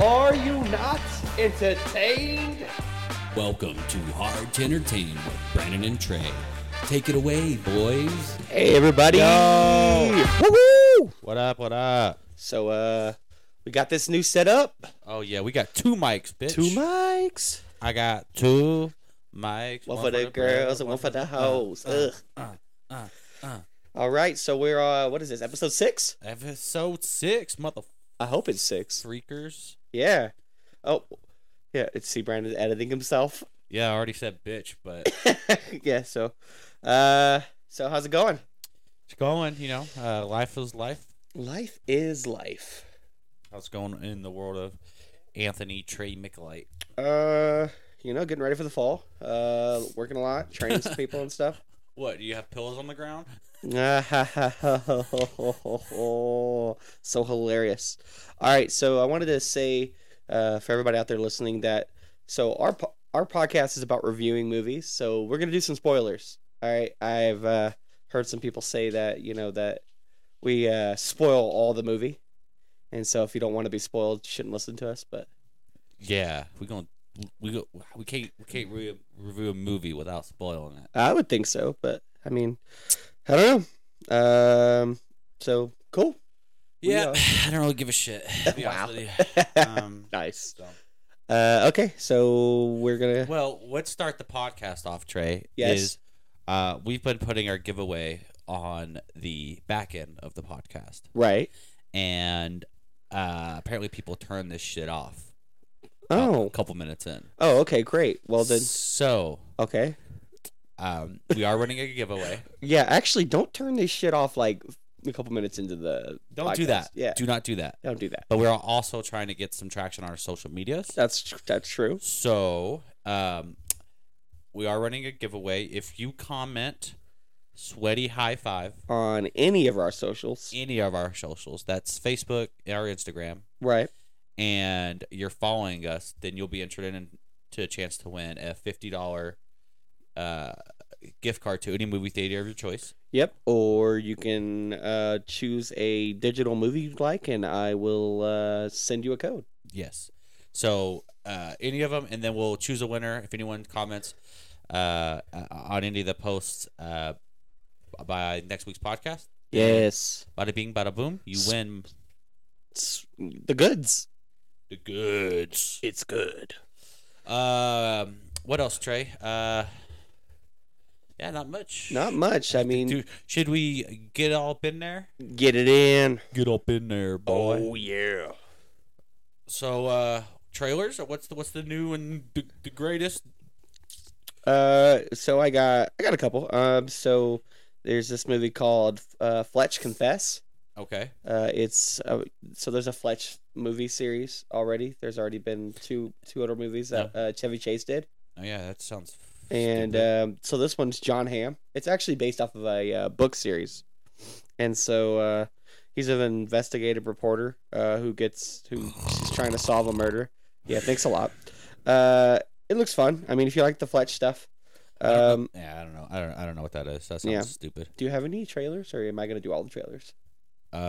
Are you not entertained? Welcome to Hard to Entertain with Brandon and Trey. Take it away, boys. Hey, everybody. Woo! What up? What up? So, uh, we got this new setup. Oh yeah, we got two mics, bitch. mics. I got two mics. One, for the girls and one for the hoes. Uh, Ugh. All right, so we're, uh, what is this, episode six? Episode six, mother I hope it's six. freakers. Yeah. Oh, yeah, it's C. Brandon editing himself. Yeah, I already said bitch, but it's yeah, so, uh, so how's it going? going. You know, uh, life is life. Life is life. How's it going in the world of Anthony Trey Micolite? Uh, you know, getting ready for the fall. Uh, working a lot, training some people and stuff. What? Do you have pillows on the ground? so hilarious. All right, so I wanted to say uh, for everybody out there listening that so our po- our podcast is about reviewing movies, so we're gonna do some spoilers. All right, I've uh, heard some people say that you know that we uh, spoil all the movie, and so if you don't want to be spoiled, you shouldn't listen to us. But Yeah, we gonna we go. We can't we can't re- review a movie without spoiling it. I would think so. But I mean, I don't know. Um, so cool. We, Yeah, uh, I don't really give a shit. to be honest with you. Um, nice. so. Uh, okay, so we're gonna. Well, let's start the podcast off, Trey. Yes. Is, uh, we've been putting our giveaway on the back end of the podcast, Right. and uh, apparently people turn this shit off. a- a Oh. couple minutes in. Oh. Okay. Great. Well then. so Okay. um, we are running a giveaway. Yeah. Actually, don't turn this shit off like a couple minutes into the. Don't do podcast. that. Yeah. do not do that. Don't do that. But we are also trying to get some traction on our social medias. That's that's true. So, um, we are running a giveaway. If you comment, sweaty high five. On any of our socials. any of our socials. That's Facebook, our Instagram, Right. and you're following us, then you'll be entered in to a chance to win a fifty dollar uh, gift card to any movie theater of your choice. Yep. Or you can uh, choose a digital movie you'd like, and I will uh, send you a code. Yes. So uh, any of them, and then we'll choose a winner. If anyone comments uh, on any of the posts uh, by next week's podcast, Yes. bada bing, bada boom, you win It's the goods. the goods. It's good. Um, what else, Trey? Uh, yeah, not much. Not much. I mean, Do, should we get all up in there? get it in. Get up in there, boy. yeah. So, uh, trailers. Or what's the what's the new and the, the greatest? Uh, so I got I got a couple. Um, so there's this movie called uh, Fletch Confess. Okay. Uh, it's uh, so there's a Fletch movie series already. There's already been two two other movies that uh, Chevy Chase did, Oh yeah, that sounds. and stupid. um, so this one's John Hamm. It's actually based off of a uh, book series, and so uh, he's an investigative reporter uh, who gets who is trying to solve a murder. Yeah, thanks a lot. Uh, it looks fun. I mean, if you like the Fletch stuff, I don't um, know- yeah, I don't know. I don't. I don't know what that is. That sounds Yeah. stupid. Do you have any trailers, or am I gonna do all the trailers?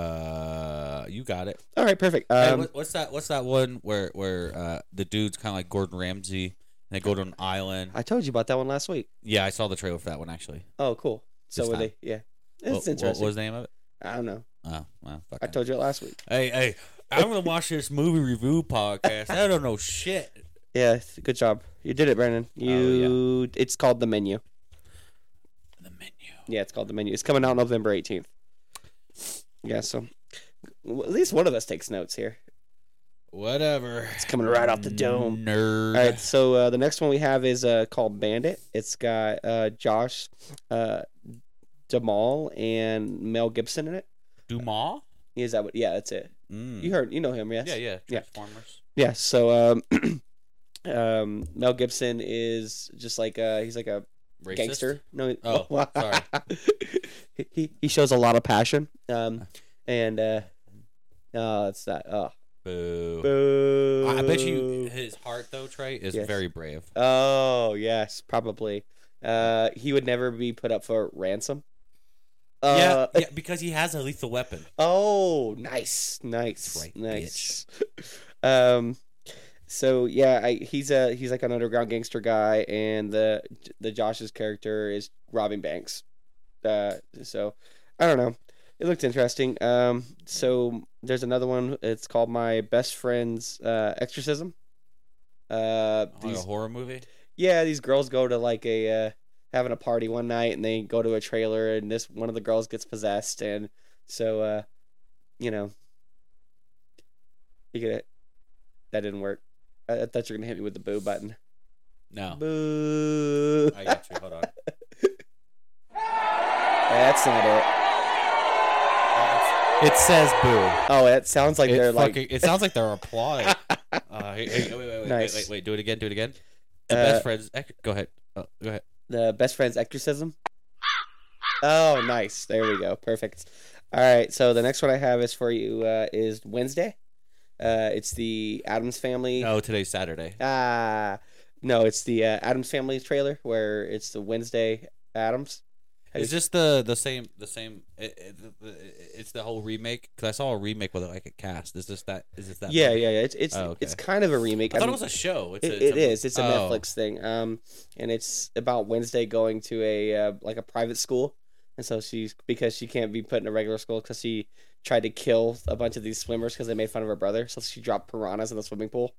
Uh, you got it. All right, perfect. Hey, Um, what, what's that? What's that one where where uh the dude's kind of like Gordon Ramsay and they go to an island? I told you about that one last week. Yeah, I saw the trailer for that one actually. Oh, cool. So This were time. they? Yeah, What- it's interesting. What was the name of it? I don't know. Oh, well, fuck I told you it last week. Hey, hey, I'm gonna watch this movie review podcast. I don't know shit. Yeah, th- good job. You did it, Brandon. You. It's called the menu. The menu. Yeah, it's called the menu. It's coming out November eighteenth. Yeah, so w- at least one of us takes notes here. Whatever. It's coming right off the dome. Nerd. All right, so uh, the next one we have is uh, called Bandit. It's got uh, Josh uh, Damal and Mel Gibson in it. Dumas. Is that what? Yeah, that's it. Mm. You heard, you know him, yes? Yeah, yeah. Yeah. Transformers. Yeah, so um, um, Mel Gibson is just like uh he's like a Racist? gangster. No, Oh, sorry. he- he he shows a lot of passion. Um, and uh, no, it's not. Oh, Boo. boo! I bet you his heart though, Trey, is Yes. very brave. Oh yes, probably. Uh, he would never be put up for ransom. Uh, yeah, yeah, because he has a lethal weapon. Oh, nice, nice, right, nice. Um, so yeah, I, he's a he's like an underground gangster guy, and the the Josh's character is robbing banks. Uh, so I don't know. It looked interesting. Um, so there's another one. It's called My Best Friend's uh, Exorcism. Uh, Like these- a horror movie. yeah, these girls go to like a uh, having a party one night, and they go to a trailer, and this one of the girls gets possessed, and so uh, you know, you get it. That didn't work. I, I thought you were gonna hit me with the boo button. No, Boo. Oh. I got you. Hold on. That's not it. It says boo. Oh, that sounds like it, they're like fucking- it sounds like they're applauding. Uh, hey, hey, wait, wait, wait, Nice. wait, wait, wait, do it again, do it again. Uh, The best friends. ec- Go ahead. Oh, go ahead. the best friend's exorcism. Oh, nice. There we go. Perfect. All right. So the next one I have is for you uh, is Wednesday. Uh, it's the Adams family. No, today's Saturday. Ah, no, it's the uh, Adams Family trailer where it's the Wednesday Adams. Is this the the same the same? It, it- it- it's the whole remake because I saw a remake with like a cast. Is this that? Is this that? yeah, movie? yeah, yeah. It's it's Oh, okay. it's kind of a remake. I, thought mean, it was a show. It's it- a, it is. It's a oh. Netflix thing. Um, and it's about Wednesday going to a uh, like a private school, and so she's because she can't be put in a regular school because she tried to kill a bunch of these swimmers because they made fun of her brother, so she dropped piranhas in the swimming pool.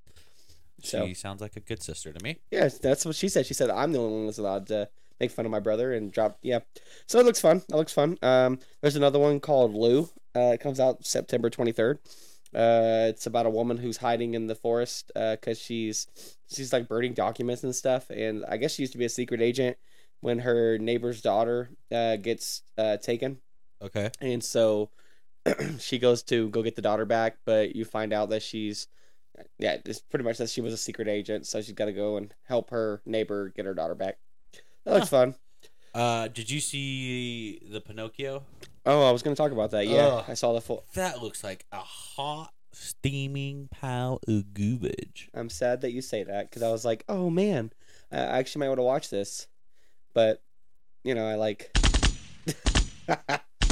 So She sounds like a good sister to me. Yeah, that's what she said. She said I'm the only one that's allowed to make fun of my brother and drop. Yeah, so it looks fun. It looks fun. Um, there's another one called Lou. Uh, it comes out September 23rd. Uh, it's about a woman who's hiding in the forest because she's she's like burning documents and stuff. And I guess she used to be a secret agent when her neighbor's daughter uh, gets uh, taken Okay. and so she goes to go get the daughter back but you find out that she's yeah it's pretty much that she was a secret agent so she's got to go and help her neighbor get her daughter back that looks fun Uh, did you see the Pinocchio? oh i was gonna talk about that yeah Ugh. i saw the full That looks like a hot steaming pile of goobage. i'm sad that you say that because i was like oh man i I actually might want to watch this but you know i like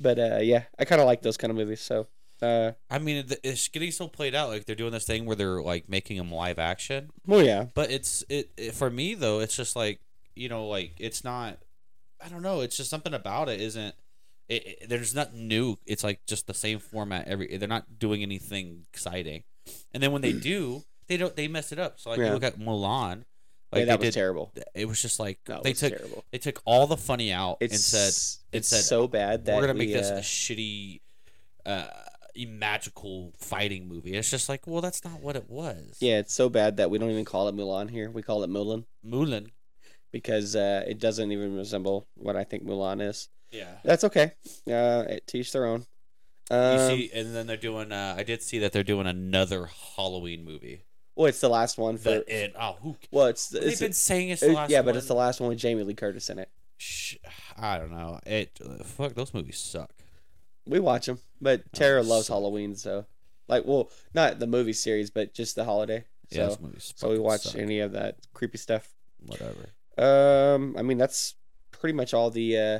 but uh yeah i kind of like those kind of movies so uh I mean, it- it's getting so played out. Like they're doing this thing where they're like making them live action. well yeah But it's it, it for me though. It's just like you know, like it's not. I don't know. It's just something about it isn't. It, it- there's nothing new. It's like just the same format every. They're not doing anything exciting. And then when they do, they don't. They mess it up. So like Yeah. you look at Mulan. Yeah, that Like they was did. terrible It was just like that they was took terrible they took all the funny out and said and it's said, so bad that we're gonna make we, this uh, a shitty uh magical fighting movie it's just like well that's not what it was yeah, it's so bad that we don't even call it Mulan here. We call it Mulan mulan because uh, it doesn't even resemble what I think Mulan is. yeah That's okay. Uh, to each their own. Um, you see and then they're doing uh i did see that they're doing another halloween movie well, it's the last one for. the it oh who well, it's, they've it's been saying it's it- the last yeah, but it's the one. last one with Jamie Lee Curtis in it. Shh, i don't know it fuck those movies suck We watch them, but Tara loves Oh, so- Halloween, so like, well, not the movie series, but just the holiday. yeah So, those movies so we fucking watch suck. any of that creepy stuff. whatever Um, I mean that's pretty much all the uh,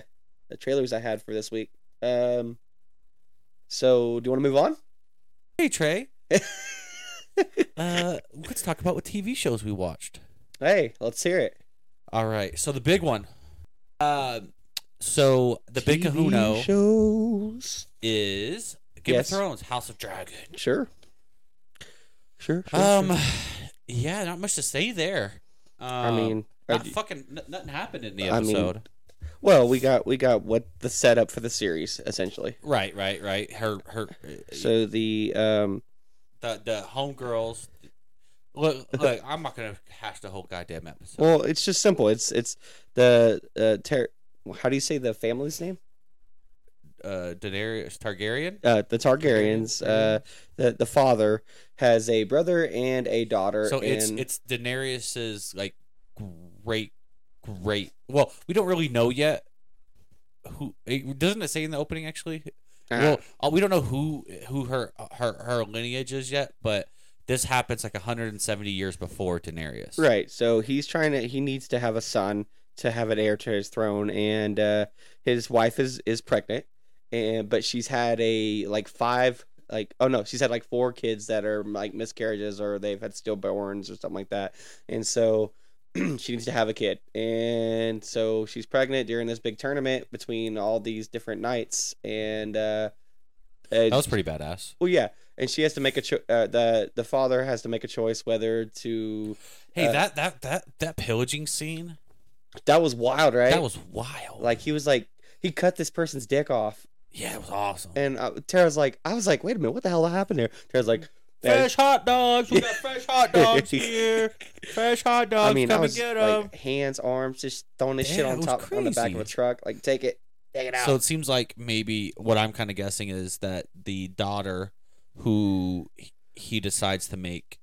the trailers I had for this week. Um, so do you want to move on? hey trey uh let's talk about what tv shows we watched Hey, let's hear it. All right. So the big one. Uh, so the big kahuna shows. is Game Yes. of Thrones, House of Dragon. Sure. Sure. sure, Um, sure. yeah, not much to say there. Um, I mean, not I- fucking n- nothing happened in the I mean- episode. well, we got we got what the setup for the series essentially. right, right, right. Her, her, So the um, the the homegirls. Look, look, I'm not gonna hash the whole goddamn episode. well, it's just simple. It's it's the uh, ter- how do you say the family's name? Uh, Daenerys Targaryen. uh, the Targaryens, uh, the the father has a brother and a daughter. So it's and- it's Daenerys's like great great. Well, we don't really know yet. Who it- doesn't it say in the opening actually? Ah, Well, uh, we don't know who who her her her lineage is yet, but this happens like 170 years before Daenerys. right. So he's trying to he needs to have a son to have an heir to his throne, and uh, his wife is is pregnant, and but she's had a like five like oh no, she's had like four kids that are like miscarriages or they've had stillborns or something like that, and so she needs to have a kid, and so she's pregnant during this big tournament between all these different nights, and uh, That was pretty badass. well, yeah, and she has to make a cho- uh, the the father has to make a choice whether to Hey, Uh, that that that that pillaging scene that was wild, right? that was wild. like he was like he cut this person's dick off, yeah, it was awesome. and uh, Tara's like, I was like, wait a minute, what the hell happened there? Tara's like, Fresh hot dogs. We got fresh hot dogs here. Fresh hot dogs. I mean, come I was and get them. like hands, arms, just throwing this shit Yeah, it on was top on the back of a crazy. truck. Like, take it, take it out. So it seems like maybe what I'm kind of guessing is that the daughter who h- he decides to make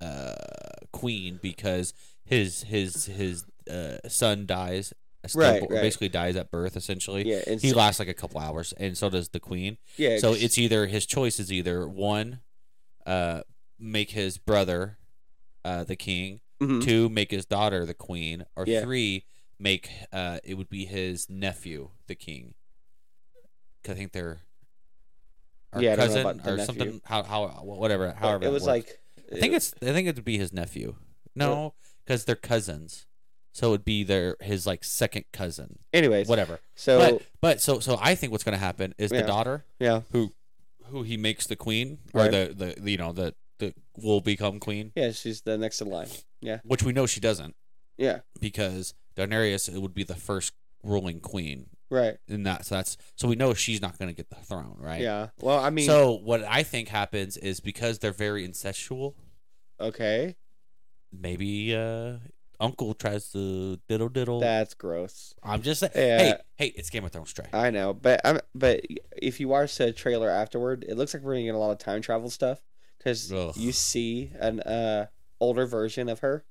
uh, queen because his his his uh, son dies, a Right, stillbo- right. basically dies at birth essentially. yeah, and He so- lasts like a couple hours, and so does the queen. yeah. So 'cause- it's either his choice is either one, uh, make his brother, uh, the king, mhm. two make his daughter the queen or Yeah. three make uh it would be his nephew the king 'Cause i think they're or Yeah, I don't know cousin about the or nephew. something how how whatever But however it that was works. like i think it's i think it would be his nephew no because they're cousins so it would be their his like second cousin anyways. whatever So but but so so i think what's going to happen is Yeah. the daughter yeah, who he makes the queen or Right. the the you know the the will become queen yeah, she's the next in line. which we know she doesn't Yeah, because Daenerys it would be the first ruling queen, right. and that's that's so we know she's not going to get the throne, right? Yeah. Well, I mean, so what I think happens is because they're very incestual, okay, maybe uh, Uncle tries to diddle diddle. that's gross. I'm just saying. Hey, Yeah. hey, it's Game of Thrones, Trey. Oh I know, but I'm but if you watch the trailer afterward, it looks like we're gonna get a lot of time travel stuff because Ugh. you see an uh older version of her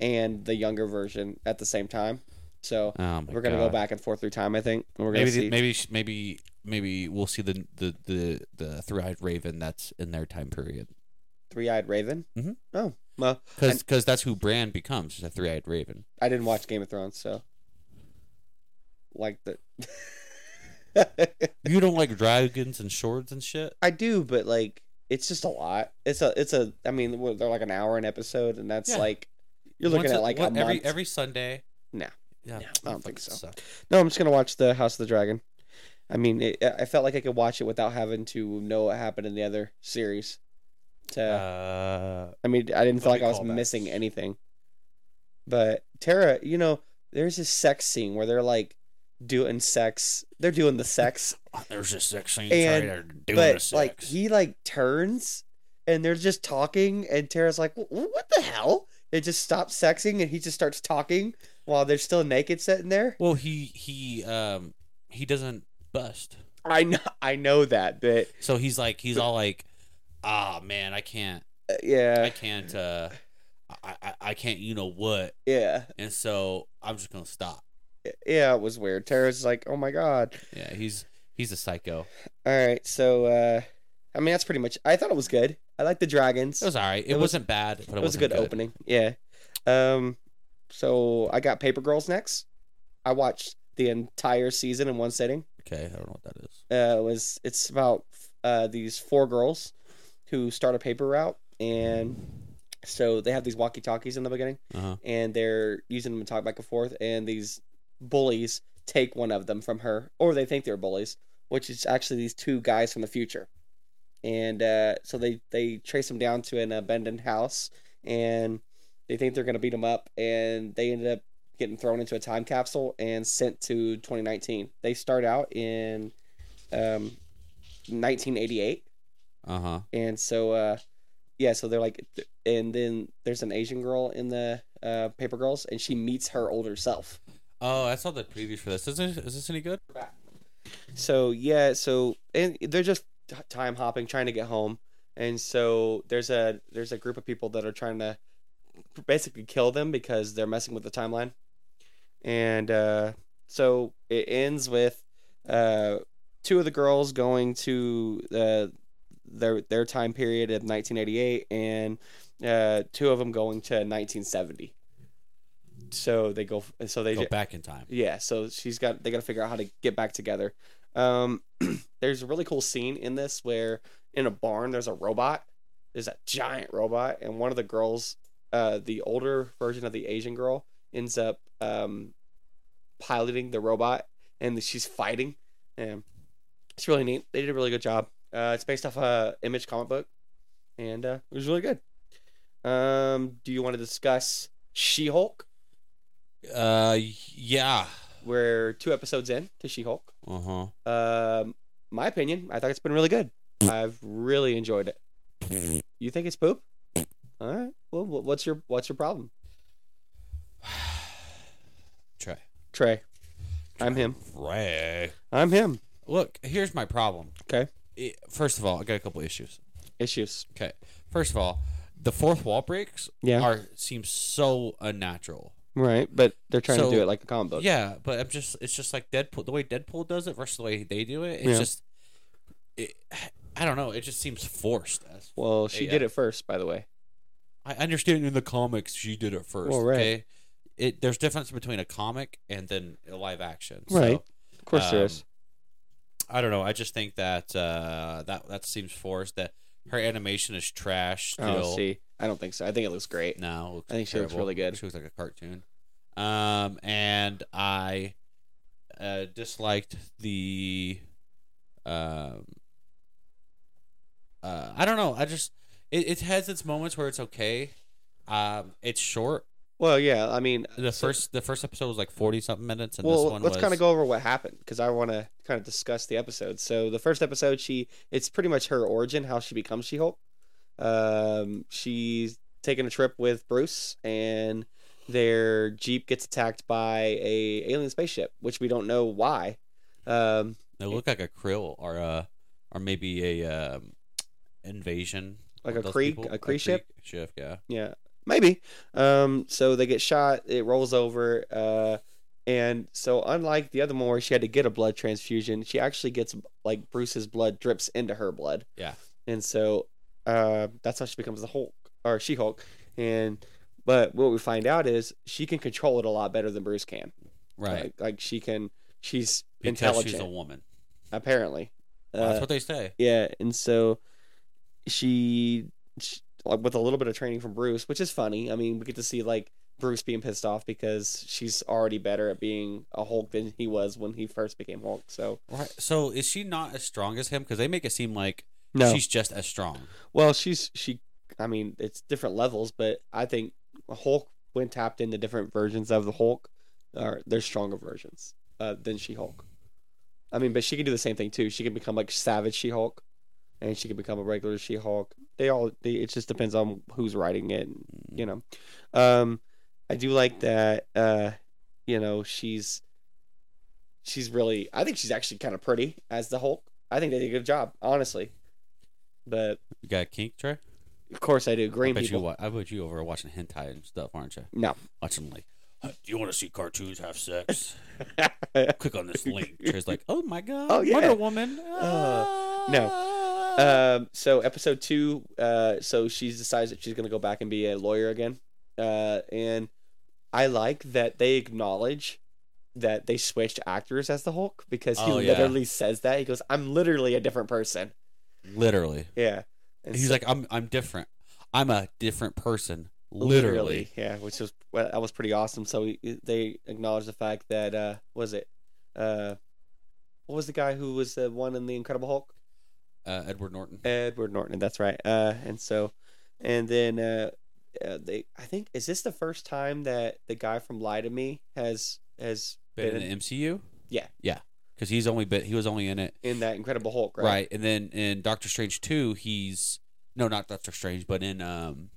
and the younger version at the same time. So Oh my we're gonna go God. back and forth through time. I think and we're gonna Maybe, see. the, maybe, sh- maybe, maybe we'll see the the the the three-eyed raven that's in their time period, Three-eyed Raven. Mhm. Oh well, because that's who Bran becomes, is a three-eyed raven. I didn't watch Game of Thrones, so like the. You don't like dragons and swords and shit. I do, but like it's just a lot. It's a it's a. I mean, what, they're like an hour an episode, and that's Yeah. like you're looking Once at like a what- every month. every Sunday. No. No, Yeah, I don't fucking think so. suck. No, I'm just gonna watch the House of the Dragon. I mean, it, I felt like I could watch it without having to know what happened in the other series. To, Uh, I mean, I didn't feel like Let me I was call back. missing anything. But Tara, you know, there's this sex scene where they're like doing sex. They're doing the sex, Uh, there's this sex scene. And- sorry, they're doing but the sex. like he like turns and they're just talking, and Tara's like, "Wh- "What the hell?" They just stops sexing, and he just starts talking while they're still naked sitting there. well, he he um he doesn't bust, I know, I know that, but so he's like he's all like, ah man, I can't, uh, yeah, I can't, uh, I, I I can't, you know what? yeah. And so I'm just gonna stop. yeah, it was weird. Tara's like, oh my god. Yeah, he's he's a psycho. All right, so uh, I mean that's pretty much. I thought it was good. I like the dragons. It was alright. It, It was- wasn't bad, but it, It was a wasn't good, opening. Yeah. Um, so I got Paper Girls next. I watched the entire season in one sitting. Okay, I don't know what that is. Uh, it was it's about uh these four girls who start a paper route and. So they have these walkie-talkies in the beginning, Uh-huh. and they're using them to talk back and forth. And these bullies take one of them from her, or they think they're bullies, which is actually these two guys from the future. And uh, so they they trace them down to an abandoned house, and they think they're gonna beat them up, and they ended up getting thrown into a time capsule and sent to 2019. They start out in um, 1988 Uh huh. and so uh yeah so they're like and then there's an asian girl in the uh paper girls and she meets her older self Oh, I saw the previews for this. Is this, is this any good? so yeah so and they're just t- time hopping trying to get home and so there's a there's a group of people that are trying to basically kill them because they're messing with the timeline and uh so it ends with uh two of the girls going to uh, their their time period of 1988 and uh two of them going to 1970 so they go so they Go back in time. yeah, so she's got they got to figure out how to get back together. Um, there's a really cool scene in this where in a barn there's a robot. There's a giant robot, and one of the girls, uh, the older version of the Asian girl, ends up um, piloting the robot, and she's fighting. And it's really neat. They did a really good job. Uh, it's based off a Image comic book, and uh, it was really good. Um, do you want to discuss She-Hulk? Uh, yeah. We're two episodes in to She-Hulk. Uh huh. Um, my opinion, I thought it's been really good. I've really enjoyed it. You think it's poop? All right. Well, wh- what's your what's your problem, Try. Trey? I'm him. Ray. I'm him. Look, here's my problem. 'Kay. I- First of all, I got a couple issues. Issues. Okay. First of all, the fourth wall breaks Yeah. are seem so unnatural. Right, but they're trying So- to do it like a comic book. Yeah, but I'm just it's just like Deadpool the way Deadpool does it versus the way they do it. It's Yeah. just it, I don't know. It just seems forced. As Well, she Yeah. did it first, by the way. I understand in the comics she did it first. Well, right. Okay. It there's difference between a comic and then a live action. So, Right. Of course, Um, there is. I don't know. I just think that uh, that that seems forced. That her animation is trash. Oh, still. see, I don't think so. I think it looks great. No, it looks I think she looks terrible. really good. She looks like a cartoon. Um, and I uh, disliked the. Um, uh, I don't know. I just it, it has its moments where it's okay. Um, it's short. Well, yeah. I mean, The so- first the first episode was like forty something minutes, and well, this one let's was kind of go over what happened because I want to kind of discuss the episode. So the first episode, she it's pretty much her origin, how she becomes She-Hulk. Um, she's taking a trip with Bruce, and their jeep gets attacked by a alien spaceship, which we don't know why. Um, They look like a krill or uh or maybe a um, invasion. Like a of those Kree- people. a Kree ship? Ship, yeah. Yeah, maybe. Um, so they get shot. It rolls over. Uh, and so unlike the other one where she had to get a blood transfusion, she actually gets like Bruce's blood drips into her blood. Yeah. And so uh, that's how she becomes the Hulk or She Hulk. And but what we find out is she can control it a lot better than Bruce can. Right. Like, like she can. She's Because intelligent. she's a woman. apparently. That's Uh, what they say. yeah, and so she, she like with a little bit of training from Bruce, which is funny. I mean, we get to see like Bruce being pissed off because she's already better at being a Hulk than he was when he first became Hulk. So Right. So is she not as strong as him? Because they make it seem like she's just as strong. well, she's she. I mean, it's different levels, but I think Hulk when tapped into different versions of the Hulk, are they're stronger versions uh, than She Hulk. I mean, but she can do the same thing too. She can become like Savage She Hulk, and she can become a regular She Hulk. They all. They, it just depends on who's writing it. And, you know, um, I do like that. Uh, you know, she's she's really. I think she's actually kind of pretty as the Hulk. I think they did a good job, honestly. But You got a kink, Trey? of course I do. I Green bet, you, people. wa- I bet you over watching hentai and stuff, aren't you? No. Watching like, "Uh, do you want to see cartoons have sex? Click on this link. Trey's like, oh my god, Oh, yeah. Uh, Wonder Woman. no. Ah. Um, so episode two, uh, so she decides that she's gonna go back and be a lawyer again. Uh, and I like that they acknowledge that they switched actors as the Hulk because he Oh, yeah. literally says that. He goes, I'm literally a different person. Literally. Yeah. And He's so- like, I'm I'm different. I'm a different person. Literally. yeah which was well, that was pretty awesome so he, they acknowledged the fact that uh what was it uh what was the guy who was the one in the incredible hulk Uh, Edward Norton. Edward Norton. That's right. Uh, and so, and then uh, uh, they. I think is this the first time that the guy from Lie to Me has has Been been in the MCU. Yeah. Yeah. Because he's only been he was only in it in that Incredible Hulk, right. right? And then in Doctor Strange two, he's no not Doctor Strange, but in um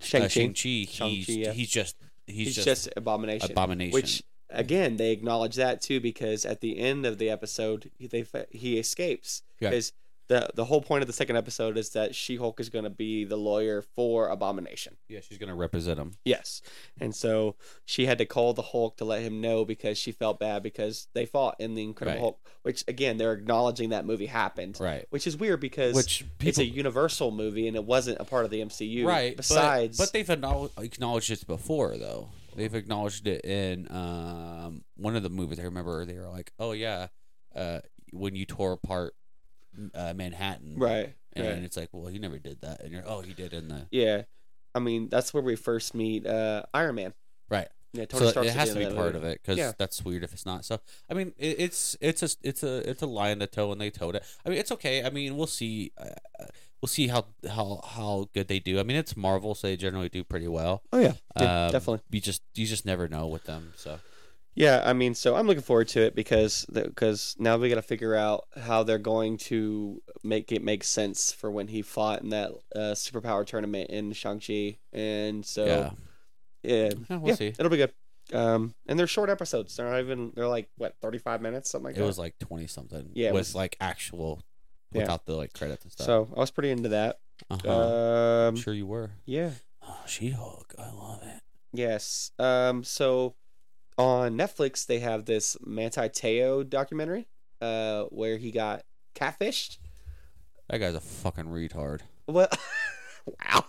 Shang Shang Chi. uh, Shang Chi, he's Shang-Chi, yeah. he's just he's, he's, just, just abomination. abomination. Which again, they acknowledge that too because at the end of the episode, he, they fa- he escapes Yeah. because the the whole point of the second episode is that She Hulk is going to be the lawyer for Abomination. yeah, she's gonna represent him. Yes. And so she had to call the Hulk to let him know because she felt bad because they fought in the Incredible Right. Hulk, which again they're acknowledging that movie happened, Right. which is weird because Which it's people a Universal movie and it wasn't a part of the MCU. right. Besides, but, but they've acknowl- acknowledged this before though. They've acknowledged it in um one of the movies. I remember they were like, oh yeah, uh when you tore apart uh, Manhattan, Right. And right. it's like, well, he never did that, and you're, oh, he did in the Yeah. I mean, that's where we first meet uh, Iron Man. Right. Yeah, Tony so Stark's it at the has to end that be part movie. of it because Yeah. that's weird if it's not. So I mean, it, it's it's a it's a it's a line to toe, and they towed it. I mean, it's okay. I mean, we'll see. Uh, uh, we'll see how how how good they do. I mean, it's Marvel, so they generally do pretty well. Oh yeah, yeah Um, definitely. You just you just never know with them. So Yeah, I mean, so I'm looking forward to it because because now we got to figure out how they're going to make it make sense for when he fought in that uh, superpower tournament in Shang Chi, and so yeah, yeah, Yeah, we'll yeah, see. it'll be good. Um, and they're short episodes. They're not even. They're like what 35 minutes, something like It that. was like twenty something. Yeah, it with was- like actual Yeah. without the like credits and stuff. so I was pretty into that. uh-huh. Um, I'm sure you were. yeah. Oh, She Hulk, I love it. Yes. Um, so on Netflix, they have this Manti Teo documentary uh, where he got catfished. That guy's a fucking retard. Well, wow.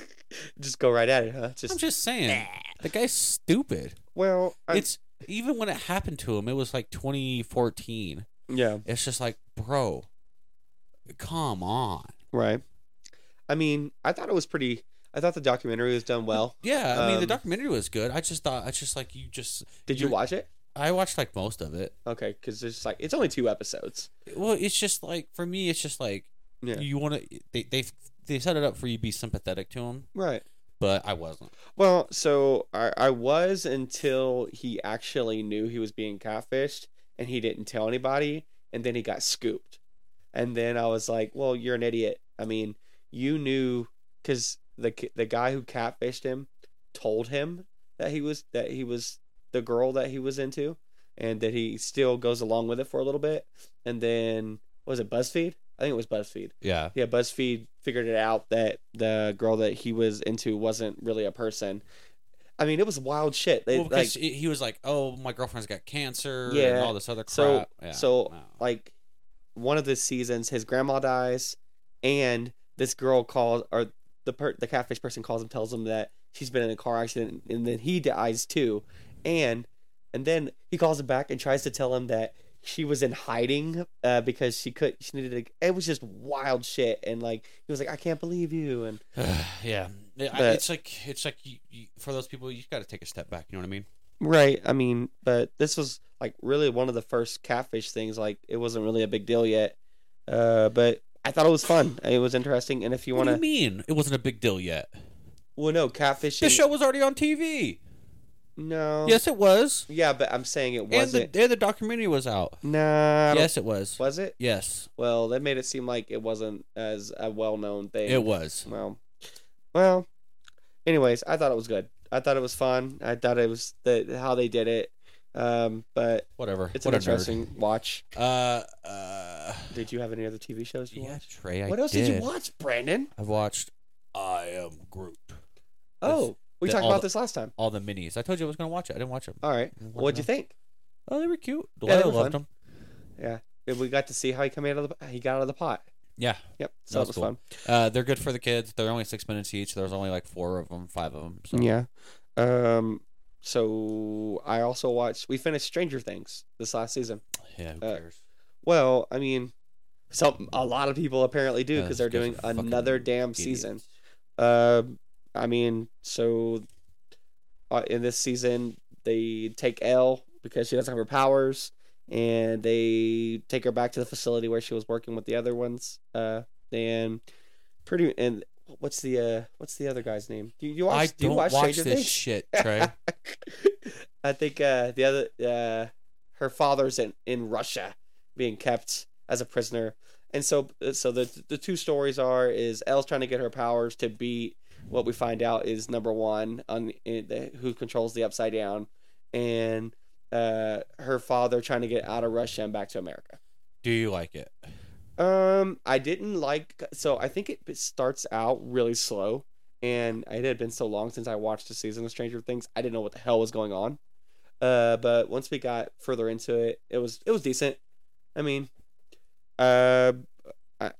just go right at it, huh? I'm Just, eh. just saying, the guy's stupid. well, I- it's even when it happened to him, it was like 2014. yeah, It's just like, bro, come on. right. I mean, I thought it was pretty. I thought the documentary was done well. Yeah, I mean the Um, documentary was good. I just thought, I just like you just. Did you You're- watch it? I watched like most of it. Okay, because it's like it's only two episodes. Well, it's just like for me, it's just like Yeah. you want to. They they they set it up for you to be sympathetic to him, Right. but I wasn't. Well, so I, I was until he actually knew he was being catfished and he didn't tell anybody, and then he got scooped. And then I was like, well, you're an idiot. I mean, you knew because the ki- the guy who catfished him told him that he was that he was the girl that he was into, and that he still goes along with it for a little bit. And then was it BuzzFeed? I think it was BuzzFeed Yeah, yeah, BuzzFeed figured it out that the girl that he was into wasn't really a person. I mean, it was wild shit. They, well, like, because he- he was like, "Oh, my girlfriend's got cancer," Yeah. and all this other crap. So- yeah, so, no. like one of the seasons, his grandma dies, and this girl calls or the per- the catfish person calls him, tells him that she's been in a car accident, and then he dies too, and and then he calls him back and tries to tell him that she was in hiding uh, because she could she needed to, it was just wild shit and like he was like I can't believe you and yeah, Yeah, I- But- it's like it's like you, you, for those people, you got to take a step back. You know what I mean? Right. I mean, but this was like really one of the first catfish things. Like it wasn't really a big deal yet, uh, but I thought it was fun. It was interesting. And if you want What to, do you mean? It wasn't a big deal yet. well, no catfishing. This show was already on TV. No. Yes, it was. Yeah, but I'm saying Oh. it And the, wasn't. and the documentary was out. Nah. I don't- Yes, it was. Was it? Yes, Well, that made it seem like it wasn't as a well-known thing. it was. Well, well. Anyways, I thought it was good. I thought it was fun. I thought it was the how they did it. Um, but Whatever. it's what an a nerd. interesting watch. Uh, uh, Did you have any other TV shows you watched? yeah, Trey. I What else did. you did. watch, Brandon? I watched. I am Groot. Oh, we the- talked all about the- this last time. All the minis. I told you I was gonna watch it. I didn't watch it. All right. What Uh, What'd the- you think? Oh, they were cute. The Yeah, way they I were loved fun. them. Yeah, And we got to see how he came out of the he got out of the pot. Yeah. Yep, so That that was was cool. fun. Uh, they're good for the kids. They're only six minutes each. There's only like four of them, five of them. So. Yeah. Um. So I also watched. We finished Stranger Things this last season. Yeah, who Uh, cares? Well, I mean, some a lot of people apparently do Yeah, because those they're guys doing are fucking another damn Idiots. season. Um, I mean, so uh, in this season, they take L because she doesn't have her powers, and they take her back to the facility where she was working with the other ones. Uh, and pretty and what's the uh what's the other guy's name? Do you, you watch? I do you don't watch, watch, Stranger this Things? shit, Trey. I think uh the other uh her father's in in Russia being kept as a prisoner. And so so the the two stories are is Elle's trying to get her powers to beat what we find out is number 1 on in the, who controls the upside down and uh her father trying to get out of Russia and back to America. Do you like it? Um I didn't like so I think it starts out really slow and it had been so long since I watched a season of Stranger Things, I didn't know what the hell was going on. Uh, but once we got further into it, it was it was decent. I mean, uh, I,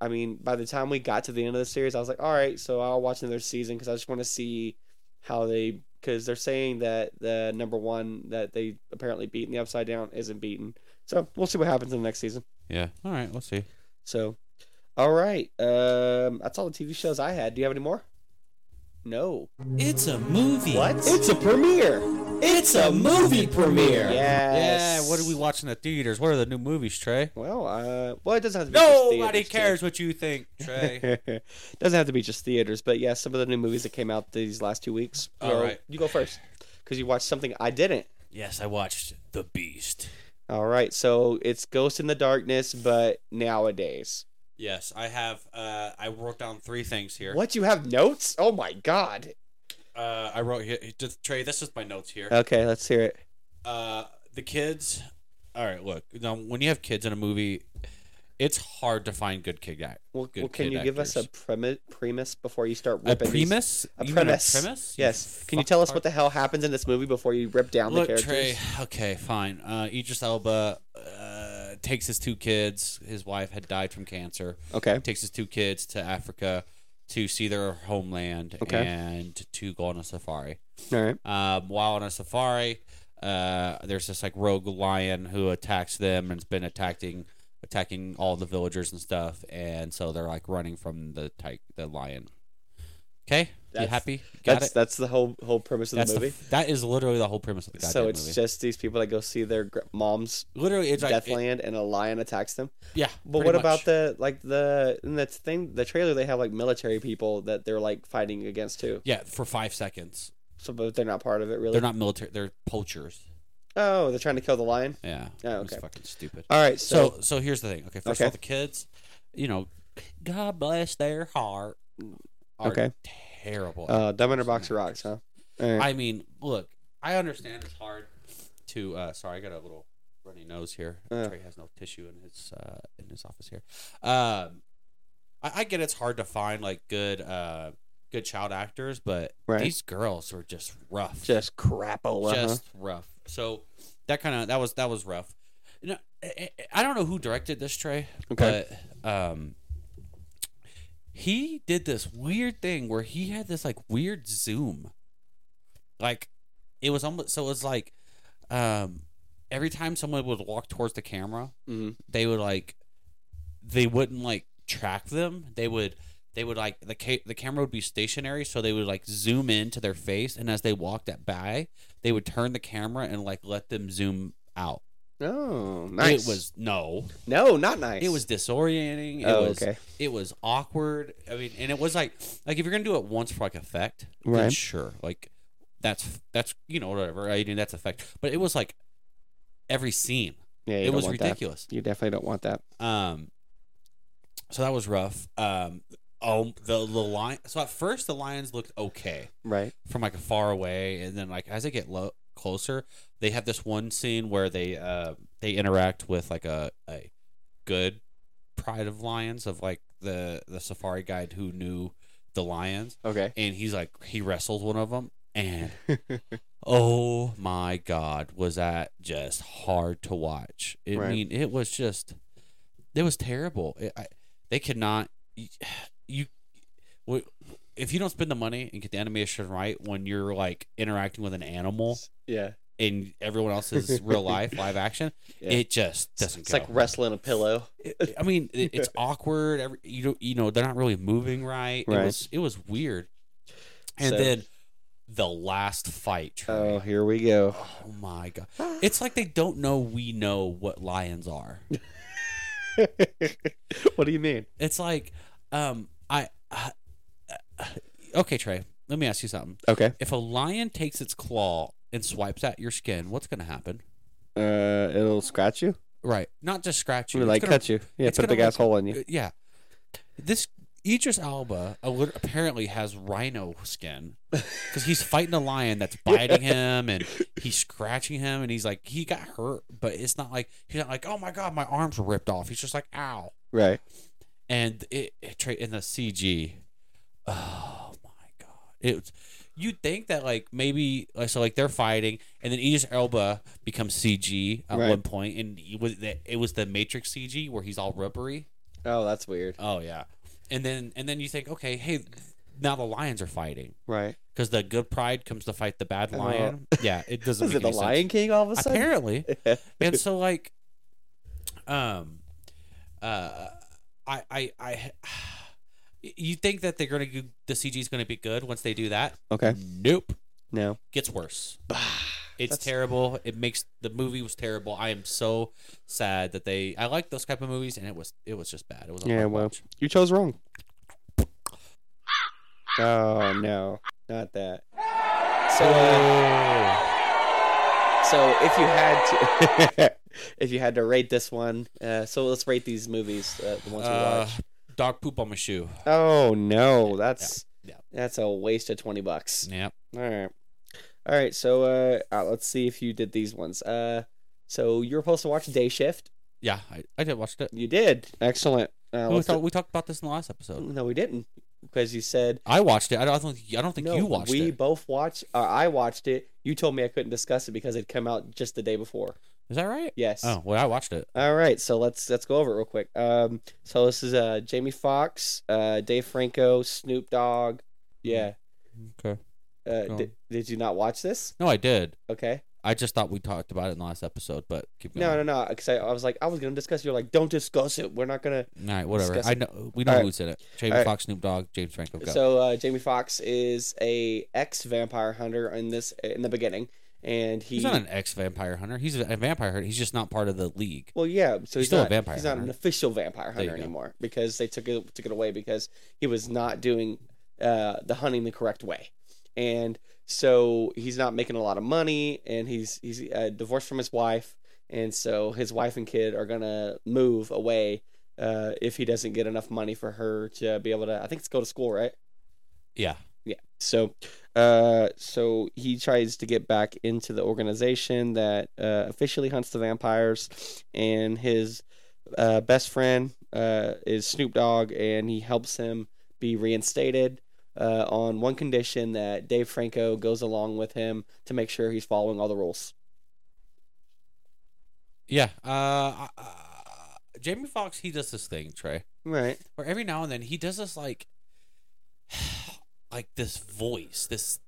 I mean, by the time we got to the end of the series, I was like, all right, so I'll watch another season because I just want to see how they because they're saying that the number one that they apparently beat in the Upside Down isn't beaten. So we'll see what happens in the next season. Yeah. All right. We'll see. So, all right. Um, that's all the TV shows I had. Do you have any more? No. It's a movie. It's a premiere. It's a movie premiere. Yes. Yeah, what are we watching at theaters? What are the new movies, Trey? Well, uh, well, it doesn't have to be just theaters, Nobody too. cares what you think, Trey. doesn't have to be just theaters, but yeah, some of the new movies that came out these last two weeks. All Well, right. you go first because you watched something I didn't. Yes, I watched The Beast. All right, so it's Ghost in the Darkness, but nowadays. yes, I have. Uh, I wrote down three things here. What you have notes? Oh my god. Uh, I wrote here, just- Trey. This is my notes here. Okay, let's hear it. Uh, the kids. All right, look. Now, when you have kids in a movie, it's hard to find good kid act. Well, Good well can kid you give us a actors. premi- premise before you start A ripping? these- premise. A You mean premise. premise. Yes. Can you tell us what the hell happens in this movie before you rip down Look, the characters? Trey. Okay, fine. Uh, Idris Elba uh, takes his two kids. His wife had died from cancer. Okay. Takes his two kids to Africa to see their homeland Okay. and to go on a safari. All right. Um, while on a safari, uh, there's this like rogue lion who attacks them and's been attacking attacking all the villagers and stuff, and so they're like running from the ti- the lion. Okay, you That's- happy? Got That's it. that's the whole whole premise of That's the the movie. f- that is literally the whole premise of the goddamn so it's movie. just these people that go see their gr- mom's literally it's like it- Deathland and a lion attacks them. yeah. But pretty what much. about the like the and that thing the trailer they have like military people that they're like fighting against too. yeah for five seconds? So but they're not part of it really. They're not military. They're poachers. Oh, they're trying to kill the lion. Yeah. Oh, It's okay. fucking stupid. All right, so, So so here's the thing. Okay, first Okay. of all, the kids, you know, God bless their heart. Are Okay. Terrible. uh, Dumb and a Box of Rocks, huh? All right. I mean, look, I understand it's hard to. Uh, sorry, I got a little runny nose here. Uh. Trey has no tissue in his uh, in his office here. Um, I, I get it's hard to find like good uh, good child actors, but Right. these girls were just rough, Just crapola. huh? just rough. So that kind of that was that was rough. You know, I- I- I don't know who directed this, Trey, Okay. but um, he did this weird thing where he had this like weird zoom, like it was almost so it was like um, every time someone would walk towards the camera, Mhm. they would like they wouldn't like track them. They would they would like the ca- the camera would be stationary, so they would like zoom into their face, and as they walked at by, they would turn the camera and like let them zoom out. Oh, nice. It was no, no, not nice. it was disorienting. It Oh, was okay. it was awkward. I mean, and it was like like if you're gonna do it once for like effect, then Right. Sure, like that's that's you know whatever. I mean that's effect, but it was like every scene. Yeah, you It don't was want ridiculous. That. You definitely don't want that. Um, so that was rough. Um, oh the the lion. So at first the lions looked okay Right. from like far away, and then like as they get lo- closer, they have this one scene where they uh they interact with like a a good pride of lions of like the the safari guide who knew the lions, Okay. and he's like he wrestled one of them, and oh my god, was that just hard to watch? I Right. mean, it was just it was terrible. It, I, they could not you, you w- if you don't spend the money and get the animation right when you're like interacting with an animal yeah. in everyone else's real life live action, Yeah. it just doesn't. It's go. like wrestling a pillow. It- I mean, it, it's awkward. Every you know, you know, they're not really moving right. Right. It was it was weird. And So- then the last fight. Trey. Oh, here we go. Oh my god! It's like they don't know we know what lions are. what do you mean? It's like, um, I, uh, okay, Trey. Let me ask you something. Okay. If a lion takes its claw and swipes at your skin, what's gonna happen? Uh, it'll scratch you. Right, not just scratch you. Or, it's like gonna- cut you. Yeah, it's put a gonna big like- asshole in uh, you. Yeah, this Idris Alba a lit- apparently has rhino skin because he's fighting a lion that's biting him and he's scratching him and he's like he got hurt, but it's not like he's not like oh my god my arms were ripped off. He's just like ow. Right. and it, it tra- in the CG. Oh my god! It was- you'd think that like maybe like so like they're fighting, and then Idris Elba becomes CG at Right. one point, and it was the, it was the Matrix CG where he's all rubbery. Oh, that's weird. Oh yeah, and then and then you think okay, hey, now the lions are fighting Right. because the good pride comes to fight the bad lion. yeah, it doesn't. Was make Oh. it the any sense. Lion King all of a sudden? Apparently Yeah. and so like um uh I I I you think that they're gonna do, the CG is gonna be good once they do that? Okay. Nope, No. gets worse. It's That's- terrible. It makes the movie was terrible. I am so sad that they. I like those type of movies, and it was it was just bad. It was a Yeah, hard well. watch. You chose wrong. Oh no, not that. So, uh, so if you had to, if you had to rate this one, uh, so let's rate these movies, uh, the ones we Uh, watch. dog poop on my shoe. Oh no, that's yeah. that's a waste of twenty bucks. Yeah. All right, all right. So, uh, uh, let's see if you did these ones. Uh, so you were supposed to watch Day Shift. Yeah, I, I did watch it. You did. Excellent. Uh, Oh, we, let's thought, we talked about this in the last episode. no, we didn't, because you said I watched it. I don't I don't think I don't think you watched we it. both watched. Or I watched it. You told me I couldn't discuss it because it came out just the day before. Is that right? Yes. Oh well, I watched it. All right. So let's let's go over it real quick. Um. So this is uh Jamie Foxx, uh Dave Franco, Snoop Dogg. Yeah. Okay. Uh, Mm-hmm. Go di- did you not watch this? No, I did. Okay. I just thought we talked about it in the last episode, but keep going. No, no, no. Because I, I was like, I was gonna discuss. it. You're like, don't discuss it. We're not gonna. All right, whatever. Discuss I know we know All right. who's in it. Jamie All right. Foxx, Snoop Dogg, James Franco. Go. So uh, Jamie Foxx is a ex vampire hunter in this in the beginning, and he. he's not an ex vampire hunter. He's a vampire hunter. He's just not part of the league. Well, yeah. So he's, still a not, vampire He's not an hunter. official vampire There you hunter go. anymore because they took it took it away because he was not doing uh, the hunting the correct way, and so he's not making a lot of money, and he's he's uh, divorced from his wife, and so his wife and kid are gonna move away uh, if he doesn't get enough money for her to be able to. I think it's go to school, right? Yeah. Yeah. So, uh, so he tries to get back into the organization that uh, officially hunts the vampires, and his uh, best friend uh, is Snoop Dogg, and he helps him be reinstated uh, on one condition that Dave Franco goes along with him to make sure he's following all the rules. Yeah. Uh, uh, Jamie Foxx, he does this thing, Trey, Right. where every now and then he does this like, like this voice, this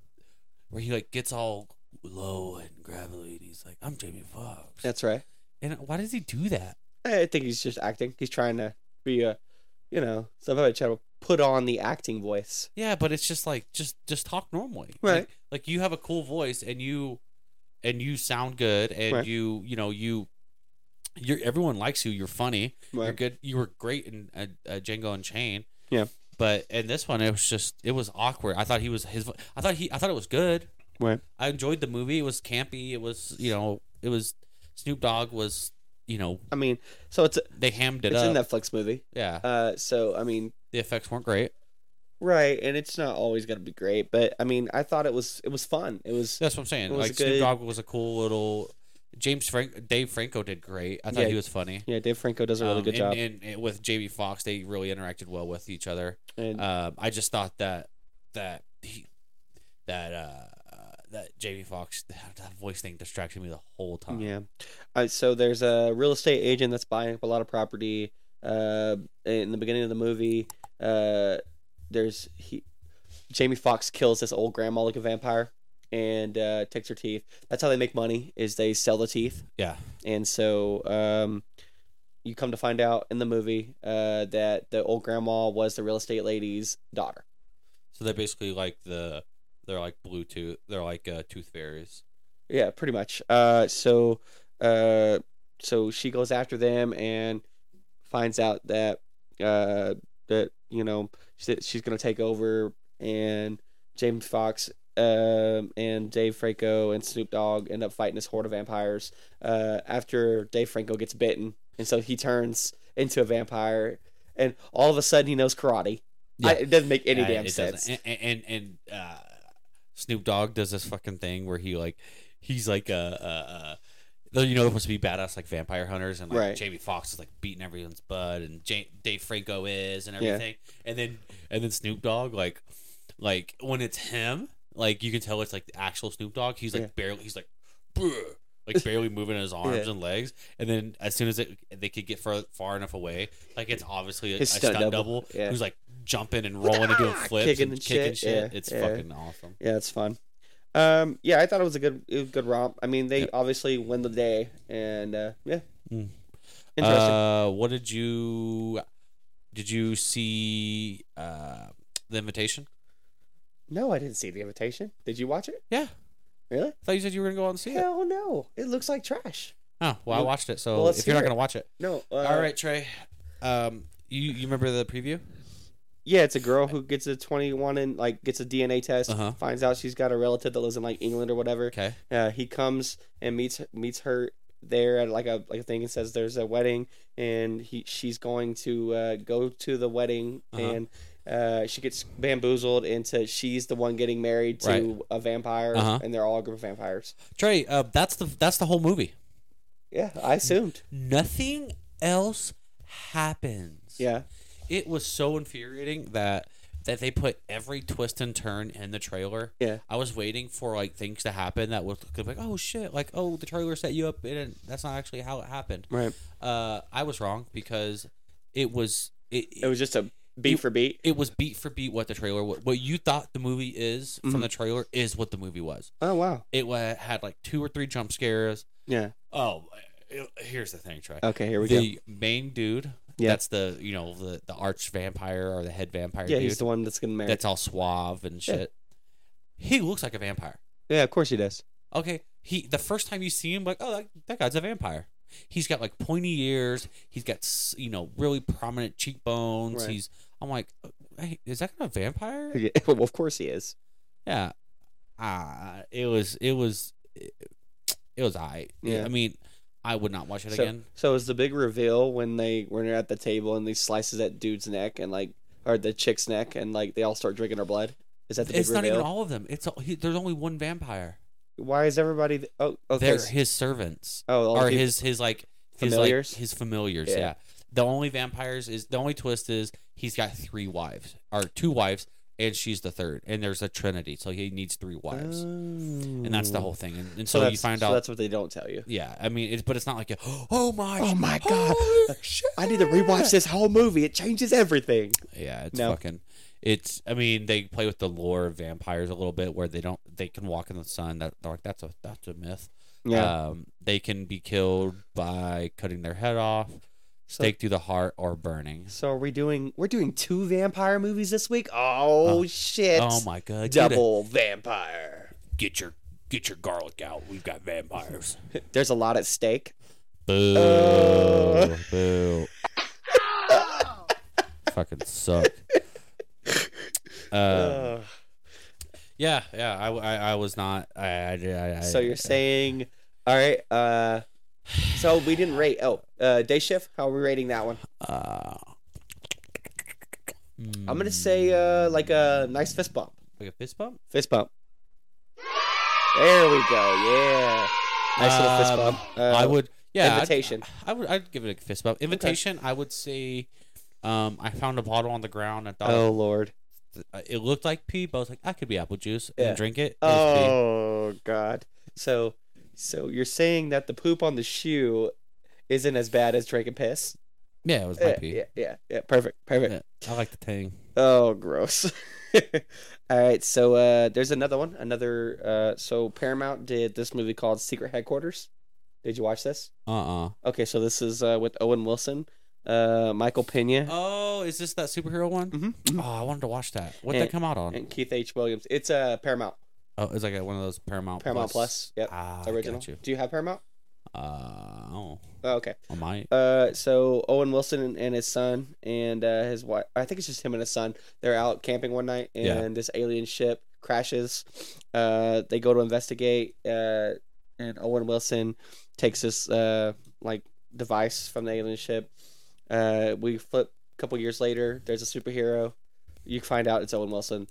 where he like gets all low and gravelly, and he's like, "I'm Jamie Foxx." That's right. and why does he do that? I think he's just acting. He's trying to be a, you know, somehow try to put on the acting voice. Yeah, but it's just like just just talk normally. Right. Like, like you have a cool voice and you and you sound good and Right. you you know you you're everyone likes you. You're funny. You're Right. good. You were great in uh, uh, Django Unchained. Yeah. But in this one, it was just it was awkward. I thought he was his. vo- I thought he. I thought it was good. Right. I enjoyed the movie. It was campy. It was you know it was Snoop Dogg was you know I mean, so it's a, they hammed it it's up. a Netflix movie. yeah. Uh, so I mean, the effects weren't great. right, and it's not always gonna be great, but I mean, I thought it was it was fun. It was That's what I'm saying. It was Like a Snoop good- Dogg was a cool little. James Frank, Dave Franco did great. I thought Yeah. he was funny. yeah, Dave Franco does a really Um, good and, job. And, and with Jamie Foxx, they really interacted well with each other. and Um, I just thought that that he that uh that Jamie Foxx that, that voice thing distracted me the whole time. yeah, uh, so there's a real estate agent that's buying up a lot of property. Uh, in the beginning of the movie, uh, there's he, Jamie Fox kills this old grandma like a vampire and uh, takes her teeth. That's how they make money is they sell the teeth. Yeah. And so um, you come to find out in the movie uh, that the old grandma was the real estate lady's daughter. So they're basically like the they're like Bluetooth. They're like uh, tooth fairies. Yeah, pretty much. Uh, so uh, so she goes after them and finds out that uh, that you know she- she's gonna take over and James Fox um, and Dave Franco and Snoop Dogg end up fighting this horde of vampires. Uh, after Dave Franco gets bitten, and so he turns into a vampire, and all of a sudden he knows karate. I, Yeah. it doesn't make any Uh, damn it doesn't. sense. And and, and uh, Snoop Dogg does this fucking thing where he like he's like uh, uh, uh you know they're supposed to be badass like vampire hunters and like Right. Jamie Foxx is like beating everyone's butt and J- Dave Franco is and everything and then and then Snoop Dogg like like when it's him like you can tell it's like the actual Snoop Dogg he's like Yeah. barely he's like "Bruh," like barely moving his arms Yeah. and legs and then as soon as it, they could get far, far enough away like it's obviously a, His a stunt stunt double, double, yeah. who's like jumping and rolling and doing Ah, flips kicking and, and kicking shit, shit. yeah, It's yeah. fucking awesome. Yeah, it's fun. Um, yeah, I thought it was a good, it was a good romp. I mean, they Yep. obviously win the day, and uh, yeah, Mm. interesting. Uh, what did you? Did you see uh, the invitation? No, I didn't see the invitation. Did you watch it? Yeah. Really? I thought you said you were gonna go out and see it. Hell no. It looks like trash. Oh well, I Well- watched it. So well, let's if you're not hear it. gonna watch it, No. Uh, all right, Trey. Um, you you remember the preview? Yeah, it's a girl who gets a 21 and like gets a DNA test, Uh-huh. finds out she's got a relative that lives in like England or whatever. Okay. Uh, he comes and meets meets her there at like a like a thing and says there's a wedding and he she's going to uh, go to the wedding Uh-huh. and uh, she gets bamboozled into she's the one getting married to Right. a vampire Uh-huh. and they're all a group of vampires. Trey, uh, that's the that's the whole movie. Yeah, I assumed. Nothing else happens. Yeah, It was so infuriating that that they put every twist and turn in the trailer. yeah. I was waiting for like things to happen that was could be like, oh shit, like oh the trailer set you up, and that's not actually how it happened. Right. Uh, I was wrong because it was it It was just a beat You- for beat. it was beat for beat what the trailer wa- what you thought the movie is from Mhm. the trailer is what the movie was. Oh wow. It wa- had like two or three jump scares. Yeah. Oh, it- here's the thing, Trey. Okay, Uh, here we go. the main dude, Yeah. that's the you know the the arch vampire or the head vampire Yeah, dude he's the one that's getting married. that's all suave and Yeah. shit. He looks like a vampire. yeah, of course he does. Okay, he the first time you see him, like oh that, that guy's a vampire. He's got like pointy ears. He's got s- you know really prominent cheekbones. Right. He's I'm like, uh, hey, is that guy a vampire? Yeah, well, of course he is. Yeah. Uh, it was it was it, was I. Yeah. I mean, I would not watch it So- again. So it was the big reveal when they when they're at the table and they slices that dude's neck and like or the chick's neck and like they all start drinking her blood. Is that the big It's not reveal? even all of them. It's all, he, there's only one vampire. Why is everybody? Th- oh, okay. They're s- his servants oh, all or people- his his like his Familiars? like his familiars. Yeah. Yeah. The only vampires is the only twist is he's got three wives or two wives and she's the third and there's a trinity so he needs three wives and that's the Oh. whole thing and, and So, so, you that's- find so out That's what they don't tell you. yeah I mean it's but it's not like a, oh my Oh my God. holy shit. I need to rewatch this whole movie. It changes everything. Yeah, it's No. fucking. It's. I mean, they play with the lore of vampires a little bit, where they don't. They can walk in the sun. That they're like that's a that's a myth. Yeah. Um, they can be killed by cutting their head off, stake through the heart, or burning. so are we doing? We're doing two vampire movies this week. Oh shit! oh my god! get it. Double vampire. Get your get your garlic out. We've got vampires. There's a lot at stake. Uh. Boo! Oh. Boo! fucking suck. Uh, Ugh. yeah, yeah. I, I, I was not. I, I, uh, I So I- you're saying, all right. Uh, so we didn't rate. Oh, uh, day shift. How are we rating that one? Uh, I'm gonna say uh, like a nice fist bump. hmm. like a fist bump. Fist bump. There we go. Yeah. Nice little fist Um, bump. Uh, I would. Yeah. I'd- invitation. I would. I'd give it a fist bump. Invitation. I would say. Um, I found a bottle on the ground. I thought Oh lord. uh, it looked like pee, but I was like, that could be apple juice Yeah. and drink it. It was Oh god. So, so you're saying that the poop on the shoe isn't as bad as drinking piss? Eh, pee. yeah, it was my Yeah, pee. yeah, yeah, yeah. Perfect. Perfect. Yeah, I like the tang. Oh, gross. All right, so uh, there's another one. Another. Uh, so Paramount did this movie called Secret Headquarters. Did you watch this? Uh uh Okay, so this is uh, with Owen Wilson, uh, Michael Pena, Oh, is this that superhero one? Mhm, mhm. Oh, I wanted to watch that. What would And- that come out on? and Keith H. Williams. It's uh, Paramount. oh, it's like a- one of those Paramount Paramount Plus. Yep. Ah, I original. got you. Do you have Paramount? Uh, oh, Oh, okay. I might. Uh, so Owen Wilson and, and his son and uh, his wife. I think it's just him and his son. They're out camping one night, and Yeah. this alien ship crashes. Uh, they go to investigate. Uh, and Owen Wilson takes this uh like device from the alien ship. Uh, we flip a couple years later. There's a superhero. You find out it's Owen Wilson.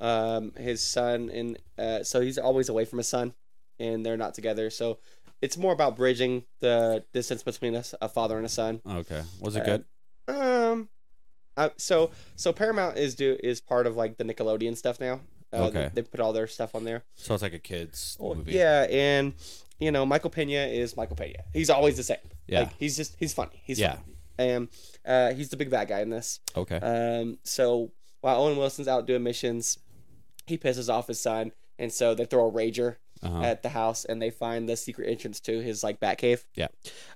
Um, his son and uh, so he's always away from his son, and they're not together. So it's more about bridging the distance between us, a father and a son. Okay, was it Uh, good? Um, I, so so Paramount is do is part of like the Nickelodeon stuff now. Uh, Okay. they, they put all their stuff on there. So it's like a kids movie. oh, Yeah, and you know Michael Pena is Michael Pena. He's always the same. Yeah. Like, he's just he's funny. He's Yeah. funny. And uh, he's the big bad guy in this. Okay. Um, so while Owen Wilson's out doing missions, he pisses off his son, and so they throw a rager Uh-huh. at the house, and they find the secret entrance to his like bat cave. Yeah.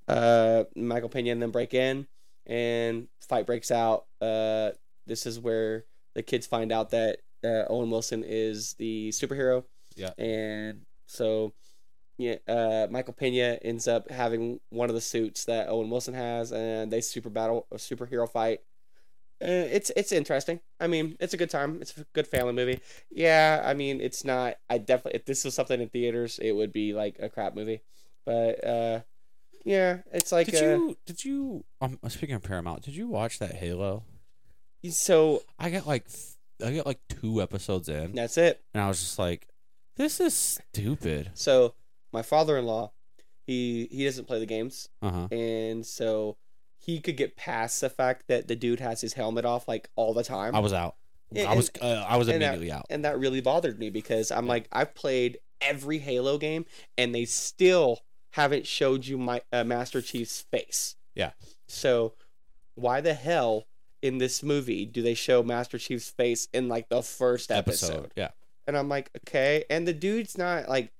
Uh, Michael Pena and then break in. and fight breaks out. Uh, this is where the kids find out that uh, Owen Wilson is the superhero. Yeah. And so, yeah, uh, Michael Pena ends up having one of the suits that Owen Wilson has, and they super battle a superhero fight. Uh, it's it's interesting. I mean, it's a good time. It's a good family movie. Yeah, I mean, it's not. I definitely if this was something in theaters, it would be like a crap movie. But uh, yeah, it's like did uh, you did you um speaking of Paramount, did you watch that Halo? uh, so I got like f- I got like two episodes in, that's it. and I was just like, this is stupid. So my father-in-law, he he doesn't play the games, Uh huh. and so he could get past the fact that the dude has his helmet off like all the time. I was out. And- I was uh, I was and that- immediately out. and that really bothered me because I'm like I've played every Halo game and they still haven't showed you my uh, Master Chief's face. Yeah. So why the hell in this movie do they show Master Chief's face in like the first episode? Episode. Yeah. And I'm like, okay. And the dude's not like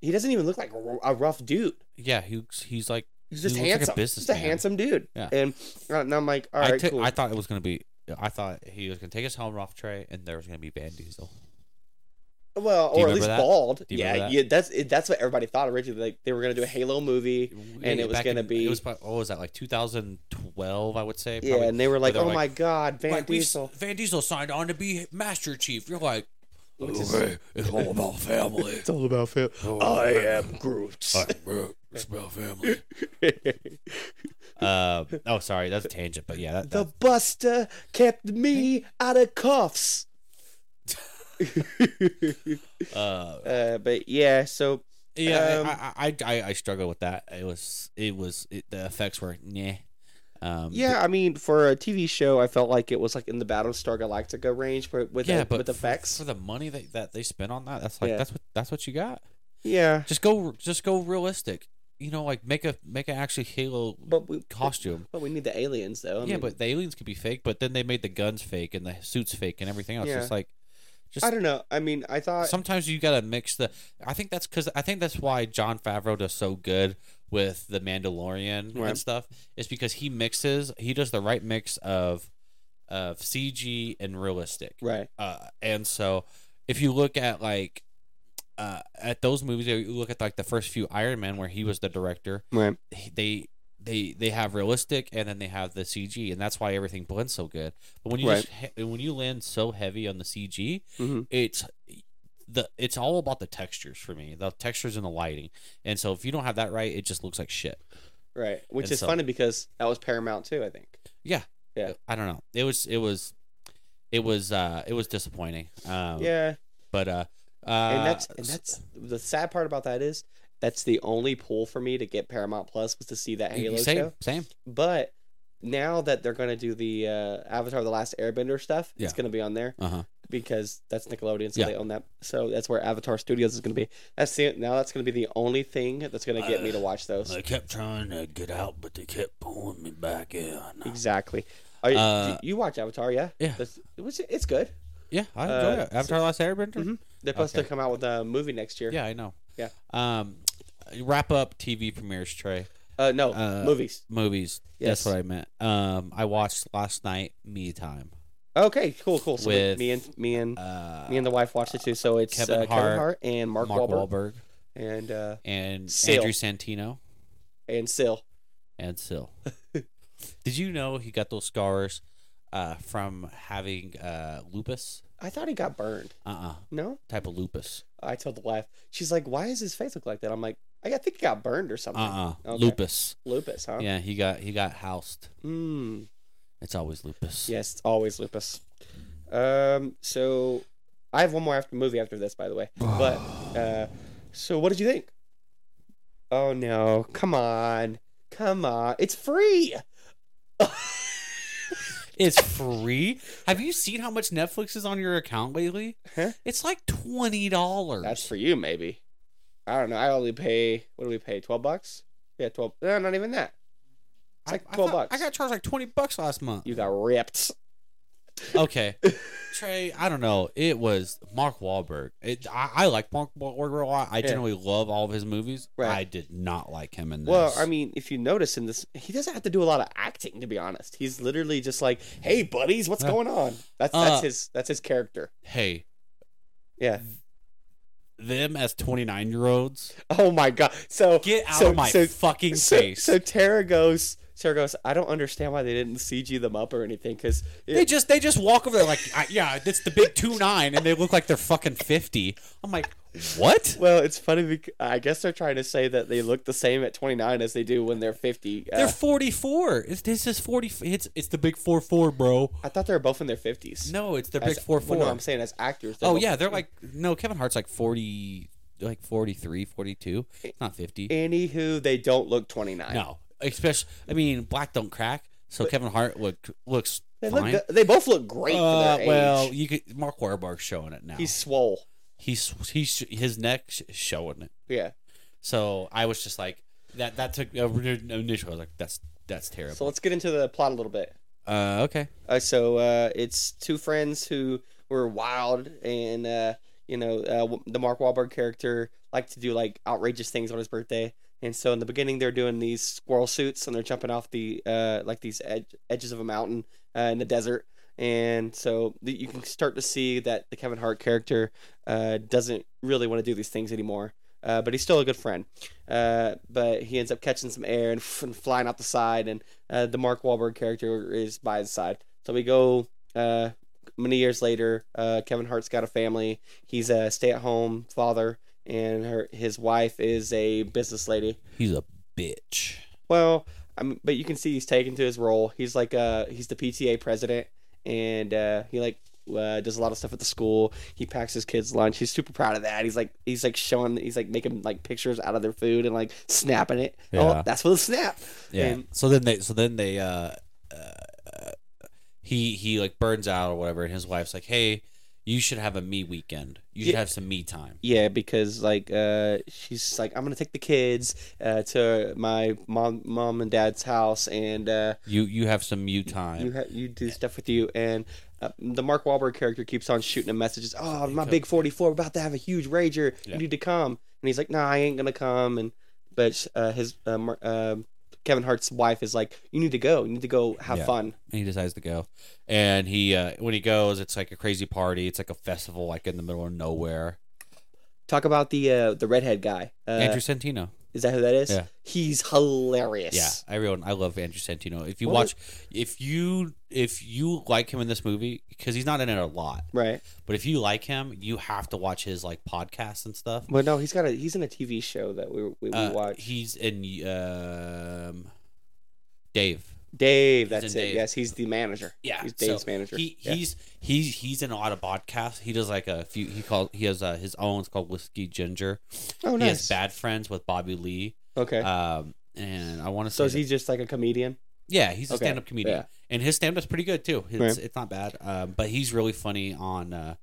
he doesn't even look like a- a rough dude. Yeah. He's he's like He's He just looks like a handsome. He's just a businessman. handsome dude. Yeah. And, uh, and I'm like, all I right, took- cool. I thought it was gonna be. I thought he was gonna take his helmet off tray, and there was gonna be Van Diesel. Uh, well, Do you or at remember least that? bald. Do you yeah, remember that? yeah. That's it, that's what everybody thought originally. Like they were gonna do a Halo movie. And it was back gonna in- be- It was about, what was that like 2012? I would say. Yeah, probably. and they were like, they were "Oh like- my God, Van like, we s- Diesel!" Van Diesel signed on to be Master Chief. You're like, Which is- it's all about family. all about Phil. I am Groot. It's about family. uh, oh, sorry, that's a tangent, but yeah, that, the that- Buster kept me out of cuffs. uh, uh, but yeah, so yeah, Um, I, I, I, I struggle with that. It was, it was, it, the effects were, nah. Um, yeah, I mean, for a TV show, I felt like it was like in the Battlestar Galactica range, but with yeah, the, but with for- effects. for, the money that, that they spent on that, that's like Yeah. that's what that's what you got. yeah, Just go, just go realistic. You know, like make a make an actually Halo but we costume. But we need the aliens, though. I yeah, mean, but the aliens could be fake, but then they made the guns fake and the suits fake and everything else. Yeah. It's like, just I don't know. I mean, I thought sometimes you gotta mix the. I think that's because I think that's why John Favreau does so good with the Mandalorian Right. and stuff. Is because he mixes, he does the right mix of, of CG and realistic. right. Uh, and so if you look at like. Uh, at those movies, you look at like the first few Iron Man, where he was the director, Right. he- they they they have realistic and then they have the CG and that's why everything blends so good. But when you Right. just he- when you land so heavy on the CG, hmm it's the it's all about the textures for me, the textures and the lighting. And so if you don't have that right, it just looks like shit. Right. Which And is so- funny because that was Paramount too. I think. Yeah. I don't know. It was it was it was uh it was disappointing. Um yeah, but uh uh and that's and that's the sad part about that is that's the only pull for me to get Paramount Plus was to see that Halo same, show. same. But now that they're gonna do the uh, Avatar: The Last Airbender stuff, it's Yeah. gonna be on there Uh-huh. because that's Nickelodeon, so Yeah. they own that. So that's where Avatar Studios is gonna be. That's the now that's gonna be the only thing that's gonna get me to watch those. I kept trying to get out, but they kept pulling me back in. Exactly. Are, you- Uh, you watch Avatar, yeah? yeah. That's- it was- it's good. Yeah, I enjoy Uh, it. Avatar Last Airbender. Mhm. They're supposed to Okay. come out with a movie next year. Yeah, I know. Yeah. Um wrap up TV premieres, Trey. Uh, no, Uh, movies. movies. Yes. That's what I meant. Um, I watched last night Me Time. Okay, cool, cool. So with, me and me and Uh, me and the wife watched it too. So it's Kevin uh, Kevin Hart, Hart and Mark, Mark, Wahlberg, Wahlberg, and uh, and Seal. Andrew Santino and Sil. and Sil. Did you know he got those scars uh, from having uh, lupus? I thought he got burned. Uh uh No, Type of lupus. I told the wife. She's like, "Why does his face look like that?" I'm like, "I I think he got burned or Uh something. uh Okay. Lupus. Lupus, huh? Yeah, he got he got housed. Mm. It's always lupus. Yes, it's always lupus. Um. So I have one more after movie after this, by the way. But uh, so what did you think? Oh no! Come on, come on! It's free. It's free. Have you seen how much Netflix is on your account lately? Huh? It's like twenty dollars. That's for you, maybe. I don't know. I only pay. What do we pay? Twelve bucks? Yeah, twelve. No, not even that. It's like twelve bucks. I got charged like twenty bucks last month. You got ripped. Okay, Trey. I don't know. It was Mark Wahlberg. It, I, I like Mark Wahlberg a lot. I Yeah. generally love all of his movies. Right. I did not like him in this. Well, I mean, if you notice in this, he doesn't have to do a lot of acting. To be honest, he's literally just like, "Hey, buddies, what's Uh, going on?" That's uh, that's his that's his character. hey, Yeah. them as twenty nine year olds, Oh my god. So get out so, of my so, fucking so, face. So Tara goes. Tara goes. I don't understand why they didn't CG them up or anything because they just they just walk over there like I, yeah, it's the big two nine, and they look like they're fucking fifty. I'm like, what? Well, it's funny because I guess they're trying to say that they look the same at 29 as they do when they're 50. Uh, They're forty four. This is forty. It's it's the big four four, bro. I thought they were both in their 50s. No, it's the As- big four well, four. no, I'm saying as actors. Oh both- yeah, they're like no, Kevin Hart's like 40 like 43, 42, not 50. Anywho, they don't look 29. No. Especially I mean, black don't crack, so Kevin Hart look, looks They look. fine. good- They both look great Uh, for their well, age. you could Mark Wahlberg's showing it now. He's He's swole. he's he's his neck is showing it. Yeah. So I was just like that that took uh, initially I was like that's that's So terrible. let's get into the plot a little bit. Uh okay. Uh, so uh, it's two friends who were wild, and uh, you know uh, w- the Mark Wahlberg character liked to do like outrageous things on his birthday. And so in the beginning, they're doing these squirrel suits, and they're jumping off the uh, like these edge- edges of a mountain uh, in the desert. And so th- you can start to see that the Kevin Hart character uh, doesn't really want to do these things anymore. Uh, but he's still a good friend. Uh, but he ends up catching some air and, f- and flying out the side, and uh, the Mark Wahlberg character is by his side. So we go uh, many years later. Uh, Kevin Hart's got a family. He's a stay-at-home father, and her his wife is a business lady. He's a bitch. Well, I mean, but you can see he's taken to his role. He's like uh he's the PTA president, and uh, he like uh, does a lot of stuff at the school. He packs his kids lunch. He's super proud of that. He's like he's like showing he's like making like pictures out of their food and like snapping it. Yeah. Oh, that's for the snap. Yeah. And- so then they so then they uh, uh he he like burns out or whatever and his wife's like, "Hey, you should have a me weekend. You should Yeah. have some me time." Yeah, because like uh, she's like, I'm gonna take the kids uh, to my mom, mom and dad's house, and uh, You you have some you you time. ha- you do stuff with you. And uh, the Mark Wahlberg character keeps on shooting him messages. Oh, my big 44, we're about to have a huge rager. Yeah. You need to come. And he's like, No, I ain't gonna come. And but uh, his uh, Mar- uh, Kevin Hart's wife is like, You need to go. You need to go have Yeah. fun. And he decides to go. And he uh when he goes, it's like a crazy party. It's like a festival like in the middle of nowhere. Talk about the uh, the redhead guy. Uh, Andrew Santino. is that who that is? Yeah. He's hilarious. Yeah, everyone. I love Andrew Santino. If you What watch, if you if you like him in this movie, because he's not in it a lot, Right. but if you like him, you have to watch his like podcasts and stuff. But no, he's got a he's in a TV show that we we, we Uh, watch. He's in um, Dave. Dave, that's it. in Dave. Yes, he's the manager. Yeah, he's so Dave's manager. He Yeah. he's he's he's in a lot of podcasts. He does like a few. He calls he has uh, his own. It's called Whiskey Ginger. oh He has nice. Bad Friends with Bobby Lee. Okay, Um, and I want to so say is he that- just like a comedian? yeah, he's a Okay, stand up comedian, yeah. and his stand up's pretty good too. It's it's not bad. Um, but he's really funny on. Uh,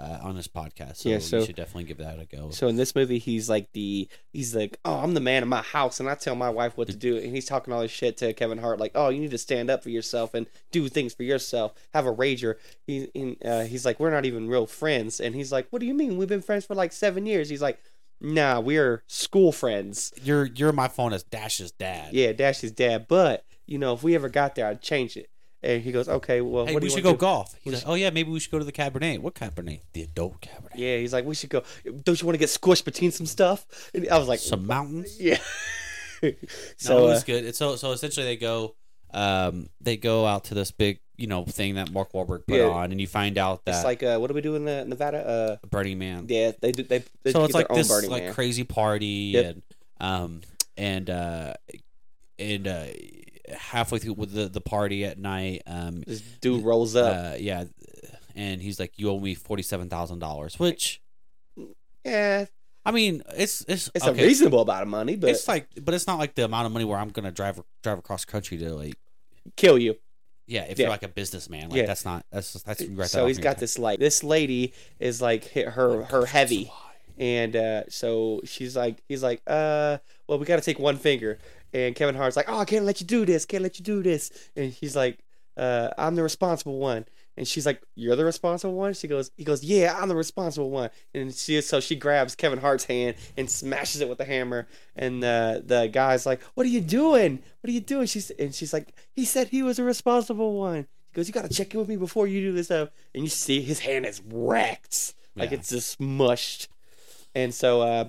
uh, on this podcast, so, Yeah, you so- should definitely give that a go. So in this movie, he's like the he's like, oh, I'm the man of my house, and I tell my wife what to do, and he's talking all this shit to Kevin Hart, like, oh, you need to stand up for yourself and do things for yourself, have a rager. He and, uh, he's like, we're not even real friends, and he's like, what do you mean? We've been friends for like seven years. He's like, nah, we're school friends. You're you're my phone as Dash's dad. Yeah, Dash is dad, but you know, if we ever got there, I'd change it. And he goes, okay, well, Hey, what do we you should go wanna do?" golf. He's like, oh yeah, maybe we should go to the Cabernet. What Cabernet? The adult Cabernet. Yeah, he's like, we should go. Don't you want to get squished between some stuff? And I was like, Some mountains. yeah. no, so it uh, was good. It's so so essentially they go, um, they go out to this big you know thing that Mark Wahlberg put Yeah. on, and you find out that it's like, uh, what do we do in uh, Nevada? Uh, Burning Man. yeah, they do. They, they so get it's like their own this Burning like Man. crazy party Yep. and um and uh and uh halfway through with the the party at night um This dude rolls up. uh yeah and he's like you owe me forty seven thousand dollars which yeah, I mean it's it's it's okay. a reasonable amount of money, but it's like but it's not like the amount of money where I'm gonna drive drive across country to like kill you. Yeah, if Yeah. you're like a businessman, like Yeah. that's not that's just, that's you write that so off he's in your got tax. this like this lady is like hit her her heavy, and uh, so she's like he's like uh well we got to take one finger, and Kevin Hart's like oh I can't let you do this can't let you do this, and he's like uh, I'm the responsible one. And she's like, You're the responsible one? She goes, He goes, Yeah, I'm the responsible one. And she so she grabs Kevin Hart's hand and smashes it with the hammer. And uh, the guy's like, What are you doing? What are you doing? She's and she's like, He said he was the responsible one. He goes, You gotta check in with me before you do this stuff. And you see his hand is wrecked. Like Yeah. it's just mushed. And so uh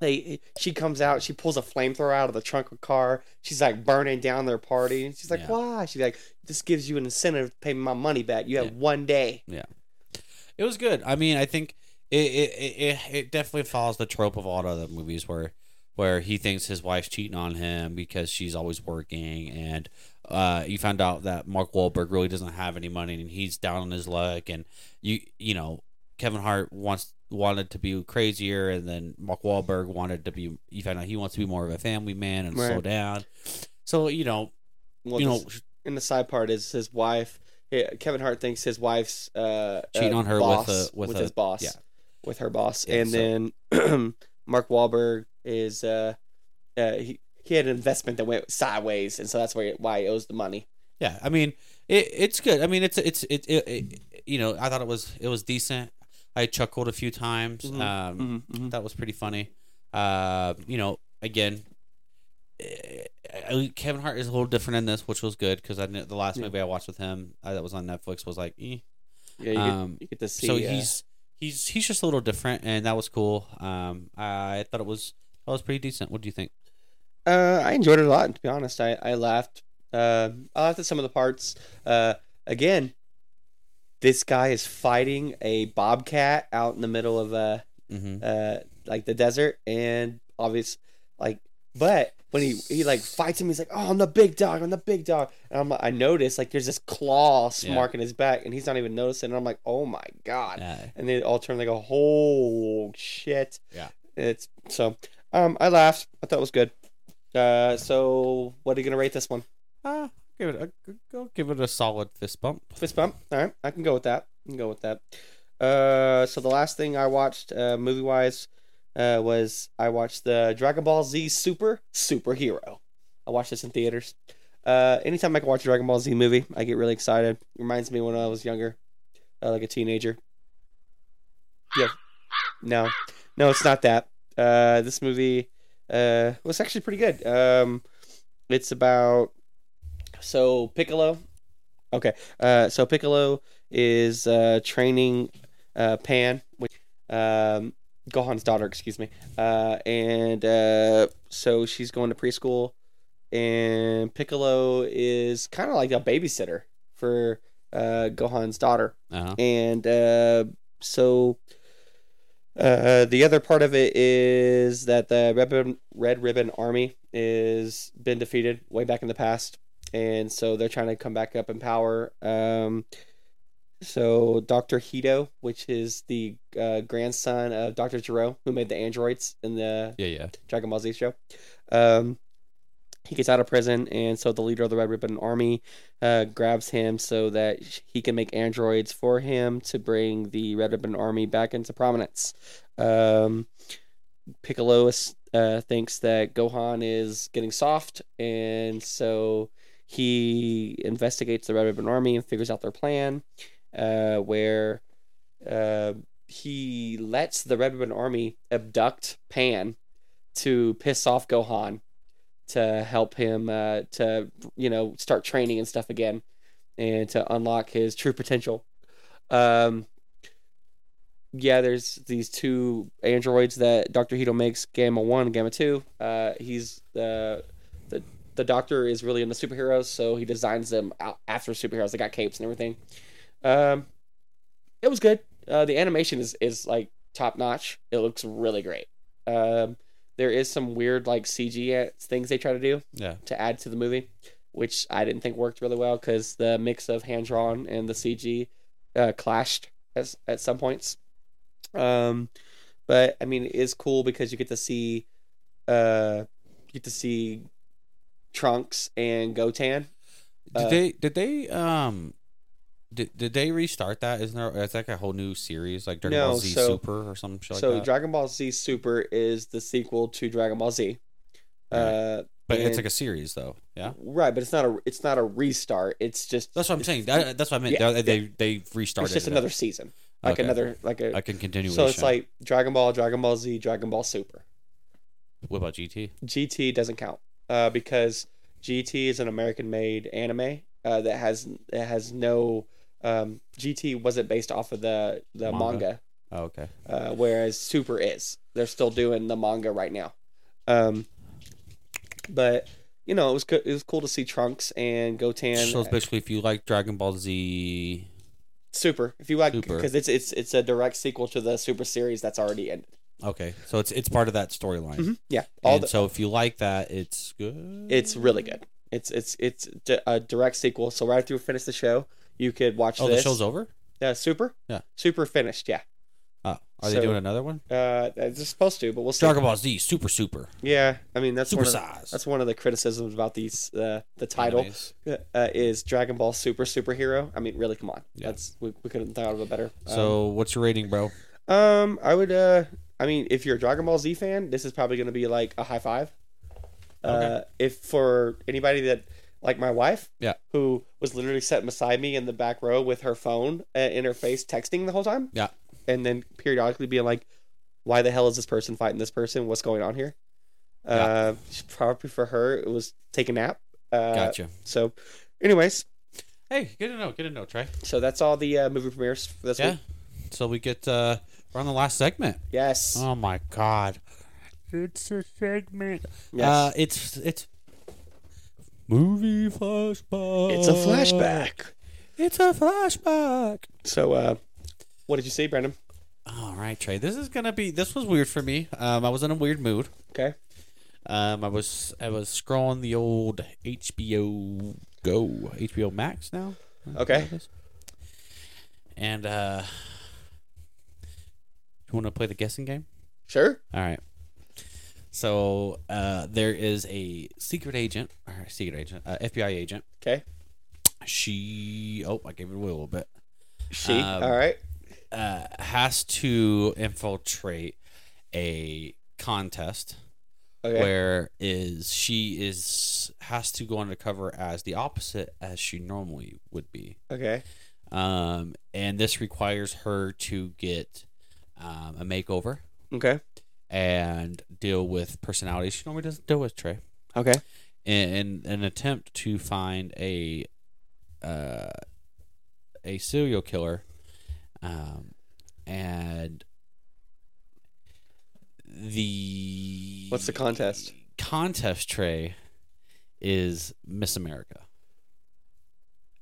they she comes out, she pulls a flamethrower out of the trunk of the car. She's like burning down their party. She's like, Yeah. why? She's like, this gives you an incentive to pay me my money back. You have Yeah. one day. It was good. I mean, I think it it, it it- it definitely follows the trope of all the other movies where where he thinks his wife's cheating on him because she's always working, and uh, you found out that Mark Wahlberg really doesn't have any money and he's down on his luck, and you you know Kevin Hart wants wanted to be crazier, and then Mark Wahlberg wanted to be. You found out he wants to be more of a family man and slow Right. down. So you know Well, you know this- and the side part is his wife. eh, Kevin Hart thinks his wife's uh, Cheating uh, on her with boss- a- with a- his boss, yeah. with her boss, Yeah, and then Mark Wahlberg is uh, uh, he he had an investment that went sideways, and so that's why why he owes the money. yeah i mean it, it's good i mean it's it's it, it, it you know i thought it was it was decent i chuckled a few times Mhm, um that was pretty funny uh you know again eh, eh, Kevin Hart is a little different in this, which was good because I knew the last Yeah. movie I watched with him uh, that was on Netflix was like, eh. Yeah, you, um, get, you get to see. so uh, he's he's he's just a little different, and that was cool. Um, I thought it was that was pretty decent. What do you think? Uh, I enjoyed it a lot. To be honest, I I laughed. Uh, I laughed at some of the parts. Uh, again, this guy is fighting a bobcat out in the middle of uh Mm-hmm. uh like the desert, and obvious like. But when he he like fights him, he's like, "Oh, I'm the big dog. I'm the big dog." And I'm I noticed like there's this claw Yeah. mark in his back, and he's not even noticing. And I'm like, "Oh my god!" Yeah. and they all turn like a whole shit. Yeah. It's so um I laughed. I thought it was good. Uh so what are you gonna rate this one? Uh, give it a, go give it a solid fist bump. Fist bump. Alright, I can go with that. I can go with that. Uh so the last thing I watched uh movie wise uh was I watched the Dragon Ball Z Super Superhero. I watched this in theaters. Uh anytime I can watch a Dragon Ball Z movie, I get really excited. Reminds me when I was younger, uh, like a teenager. Yeah. No. No, it's not that. Uh, this movie uh, was actually pretty good. Um, it's about so Piccolo. Okay, uh, so Piccolo is uh, training uh, Pan, which um, Gohan's daughter, excuse me, uh, and uh, so she's going to preschool, and Piccolo is kind of like a babysitter for uh, Gohan's daughter Uh-huh. and uh, so uh, the other part of it is that the Red Ribbon, Red Ribbon Army is been defeated way back in the past, and so they're trying to come back up in power. Um, so Doctor Hito, which is the uh, grandson of Doctor Jiro, who made the androids in the Yeah, yeah. Dragon Ball Z show. Um, he gets out of prison, and so the leader of the Red Ribbon Army uh, grabs him so that he can make androids for him to bring the Red Ribbon Army back into prominence. Um, Piccolo is- uh, thinks that Gohan is getting soft, and so he investigates the Red Ribbon Army and figures out their plan, uh, where uh, he lets the Red Ribbon Army abduct Pan to piss off Gohan to help him uh, to you know start training and stuff again and to unlock his true potential. Um, yeah, there's these two androids that Doctor Hito makes, Gamma One, Gamma Two. Uh, he's the the the Doctor is really into superheroes, so he designs them out after superheroes. They got capes and everything. Um, it was good. Uh, the animation is is like top notch. It looks really great. Um, there is some weird like CG a- things they try to do Yeah. to add to the movie, which I didn't think worked really well because the mix of hand drawn and the CG uh, clashed at, at some points. Um, but I mean, it is cool because you get to see, uh, you get to see Trunks and Gotan. Did Uh, they did they um did, did they restart that? Isn't there it's like a whole new series like Dragon Ball No, Z so- Super or some shit like so that? Dragon Ball Z Super is the sequel to Dragon Ball Z. Uh, But it's And- like a series though. Yeah. Right, but it's not a it's not a restart. It's just That's what I'm saying. That, that's what I meant. Yeah, they, they they've restarted. it's just it up. another season, like Okay. another like a. Like a continuation. so it's like Dragon Ball, Dragon Ball Z, Dragon Ball Super. what about GT? GT doesn't count uh, because GT is an American-made anime uh, that has that has no um, GT wasn't based off of the the Manga. manga, Oh, okay. uh, whereas Super is. They're still doing the manga right now, um, but you know it was co- it was cool to see Trunks and Goten. so it's basically if you like Dragon Ball Z, Super, if you like, Super. because it's it's it's a direct sequel to the Super series that's already ended. okay. So it's it's part of that storyline. Yeah, Mm-hmm. all And the, so if you like that, it's good. it's really good. It's it's it's d- a direct sequel. So right after we finish the show, you could watch oh, this. the show's over. Uh, Super. Yeah. Super finished. Yeah. Oh, are they So- doing another one? Uh, it's supposed to, but we'll see. Dragon Ball Z Super Super Yeah, I mean that's Super one of, Size. that's one of the criticisms about these uh, the title Anyways, uh, is Dragon Ball Super Superhero. I mean, really, come on, Yeah. that's we, we couldn't thought of a better. Um, So what's your rating, bro? um, I would uh, I mean, if you're a Dragon Ball Z fan, this is probably going to be like a high five. Uh, if for anybody that like my wife, Yeah. who was literally sitting beside me in the back row with her phone uh, in her face, texting the whole time, Yeah. and then periodically being like, "Why the hell is this person fighting this person? What's going on here?" Uh, probably for her, it was take a nap. Uh, Gotcha. So, anyways, Hey, good to know. Good to know, Trey. so that's all the uh, movie premieres for this Yeah. week. So we get uh we're on the last segment. Yes. Oh my god. It's a segment. Yes. Uh it's it's movie flashback. it's a flashback. It's a flashback. So, uh, what did you see, Brandon? All right, Trey. This is going to be this was weird for me. Um I was in a weird mood. Okay. Um I was I was scrolling the old HBO Go, HBO Max now. Okay. And uh you want to play the guessing game? Sure. All right. So uh, there is a secret agent, or secret agent, uh, FBI agent. Okay. She, oh, I gave it away a little bit. She. Um, all right. Uh, has to infiltrate a contest Okay. where is she is has to go undercover as the opposite as she normally would be. Okay. Um, and this requires her to get um, a makeover Okay. and deal with personalities she normally doesn't deal with, Trey. Okay. in, in an attempt to find a uh, a serial killer, um, and the What's the contest? Contest tray is Miss America.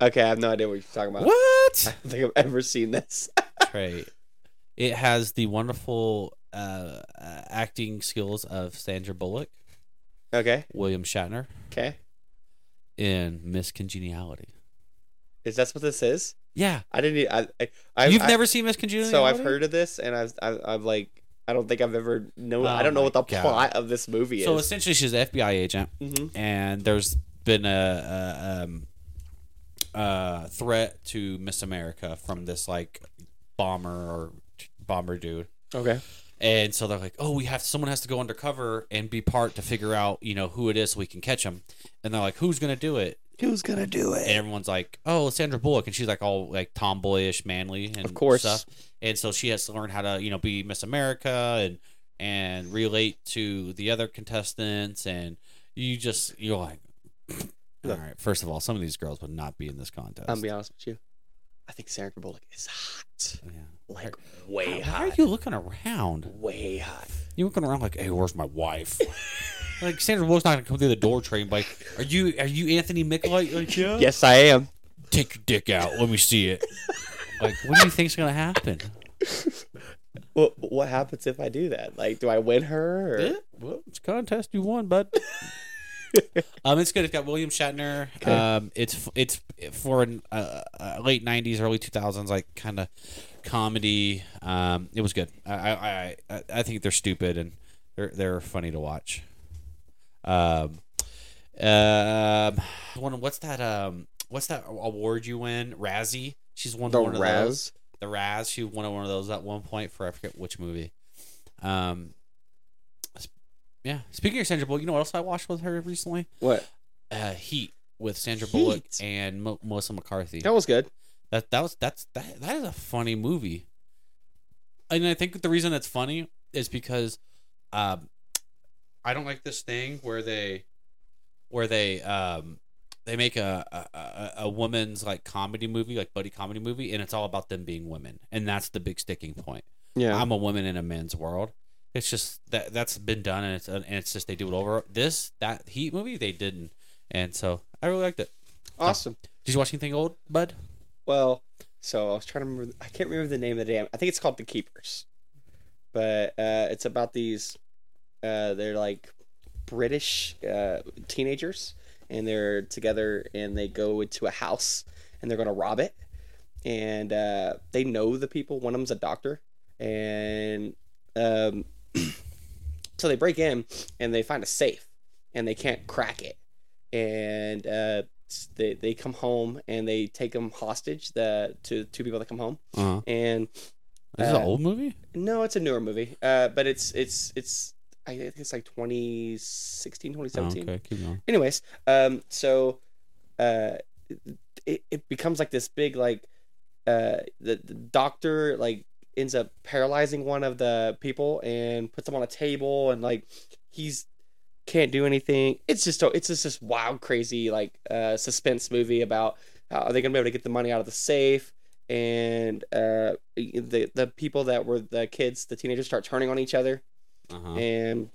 Okay. I have no idea what you're talking about. I What don't think I've ever seen this. tray? It has the wonderful uh, uh, acting skills of Sandra Bullock, okay. William Shatner, Okay. and Miss Congeniality. Is that what this is? Yeah, I didn't. e- I. I, I you've I- never seen Miss Congeniality. So I've heard of this, and I've. I've, I've like. I don't think I've ever known. I Oh don't know my what the God. plot of this movie is. So essentially, she's an FBI agent, hmm and there's been a, a um, uh, threat to Miss America from this like bomber or t- bomber dude. Okay. And so they're like, "Oh, we have someone has to go undercover and be part to figure out, you know, who it is so we can catch him." And they're like, "Who's gonna do it?" Who's gonna do And everyone's like, "Oh, Sandra Bullock," and she's like all like tomboyish, manly, and Of course. stuff. And so she has to learn how to, you know, be Miss America and and relate to the other contestants. And you just you're like, all Look. right. First of all, some of these girls would not be in this contest. I'm gonna be honest with you. I think Sarah Bullock is hot. yeah. Like way Why are hot. you looking around? Way hot. You looking around like, hey, where's my wife? like Sandra Bullock's not gonna come through the door train. Like, are you are you Anthony Micolite? Like, yeah. Yes, I am. Take your dick out. Let me see it. like, what do you think's gonna happen? Well, what happens if I do that? Like, do I win her? Or... Yeah, well, it's a contest you won, bud. um, it's good. It's got William Shatner. Um, it's f- it's for an, uh, uh, late '90s, early 2000s, like kind of comedy. Um, it was good. I I, I- I I think they're stupid and they're they're funny to watch. Um, um, one what's that um what's that award you win? Razzie. She's won The one of those Raz. the Raz. She won one of those at one point for I forget which movie. Um, Yeah. Speaking of Sandra Bullock, you know what else I watched with her recently? What? Uh, Heat with Sandra Bullock Heat. and Mo- Melissa McCarthy. That was good. That that was that's that that is a funny movie. And I think the reason that's funny is because um I don't like this thing where they where they um they make a a- a, a woman's like comedy movie, like buddy comedy movie, and it's all about them being women. And that's the big sticking point. Yeah. I'm a woman in a man's world. It's just that that's been done, and it's and it's just they do it over. This that Heat movie they didn't, and so I really liked it. awesome. Did you watch anything old, Bud? Well, so I was trying to remember. I can't remember the name of the damn. I think it's called The Keepers, but uh, it's about these. Uh, they're like British uh, teenagers, and they're together, and they go into a house, and they're gonna rob it, and uh, they know the people. One of them's a doctor, and um, so they break in, and they find a safe, and they can't crack it, and uh, s- they they come home and they take them hostage. The to two people that come home, Uh-huh. and This is an Uh, old movie. no, it's a newer movie, uh, but it's it's it's I think it's like 2016, 2017. okay, keep going. Anyways, um, so uh, it, it becomes like this big like uh, the, the doctor like ends up paralyzing one of the people and puts him on a table and like he's can't do anything. It's just it's just this wild, crazy like uh, suspense movie about how are they gonna be able to get the money out of the safe and uh, the the people that were the kids, the teenagers start turning on each other Uh-huh. and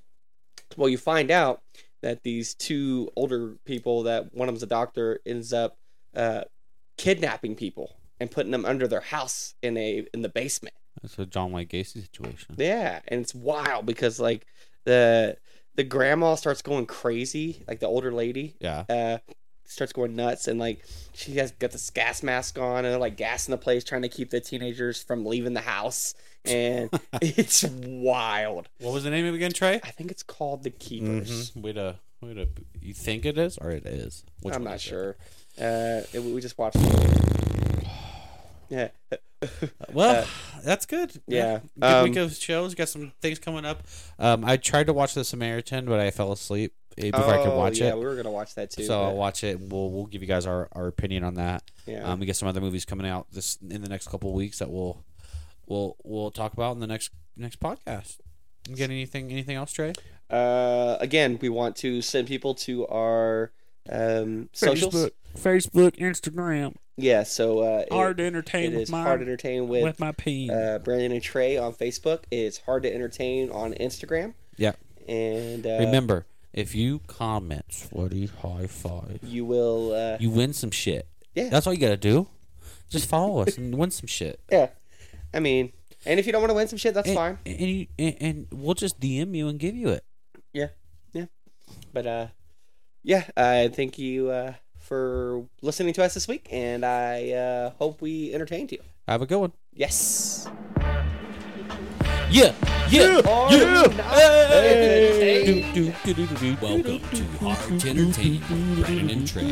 well you find out that these two older people that one of them's a doctor ends up uh, kidnapping people and putting them under their house in a in the basement It's a John Wayne Gacy situation. yeah and it's wild because like the the grandma starts going crazy like the older lady Yeah. uh starts going nuts and like she has got this gas mask on and they're like gassing the place trying to keep the teenagers from leaving the house and it's wild What was the name of it again, Trey? i think it's called the keepers Mm-hmm. Wait a wait a. You think it is or it is? Which I'm one not is it? sure. Uh, it- we just watched. yeah, Well, that's good. Uh, yeah. Good week Um, of shows. Got some things coming up. Um, I tried to watch The Samaritan, but I fell asleep eh, before I could Oh, watch yeah, it. we were gonna watch that too. So but- I'll watch it, and we'll we'll give you guys our, our opinion on that. yeah, Um, we get some other movies coming out this in the next couple of weeks that we'll we'll we'll talk about in the next next podcast. You got anything anything else, Trey? uh, again, we want to send people to our um, socials. Facebook, Instagram, Yeah, so uh, it- hard to it entertain with is my, hard to entertain with, with my peen. uh, Brandon and Trey on Facebook. It's hard to entertain on Instagram. Yeah. and uh, Remember, if you comment sweaty high five, you will. Uh, you win some shit. Yeah. That's all you gotta do. Just follow us and win some shit. yeah, I mean, and if you don't want to win some shit, that's and, fine. And, you, and and we'll just DM you and give you it. But uh, yeah, I thank you uh, for listening to us this week, and I uh, hope we entertained you. Have a good one. Yes. Yeah, yeah, Are yeah. you not Hey. entertained? Do, do, do, do, do, Welcome do. to Hard to Entertain with Brandon and Trey.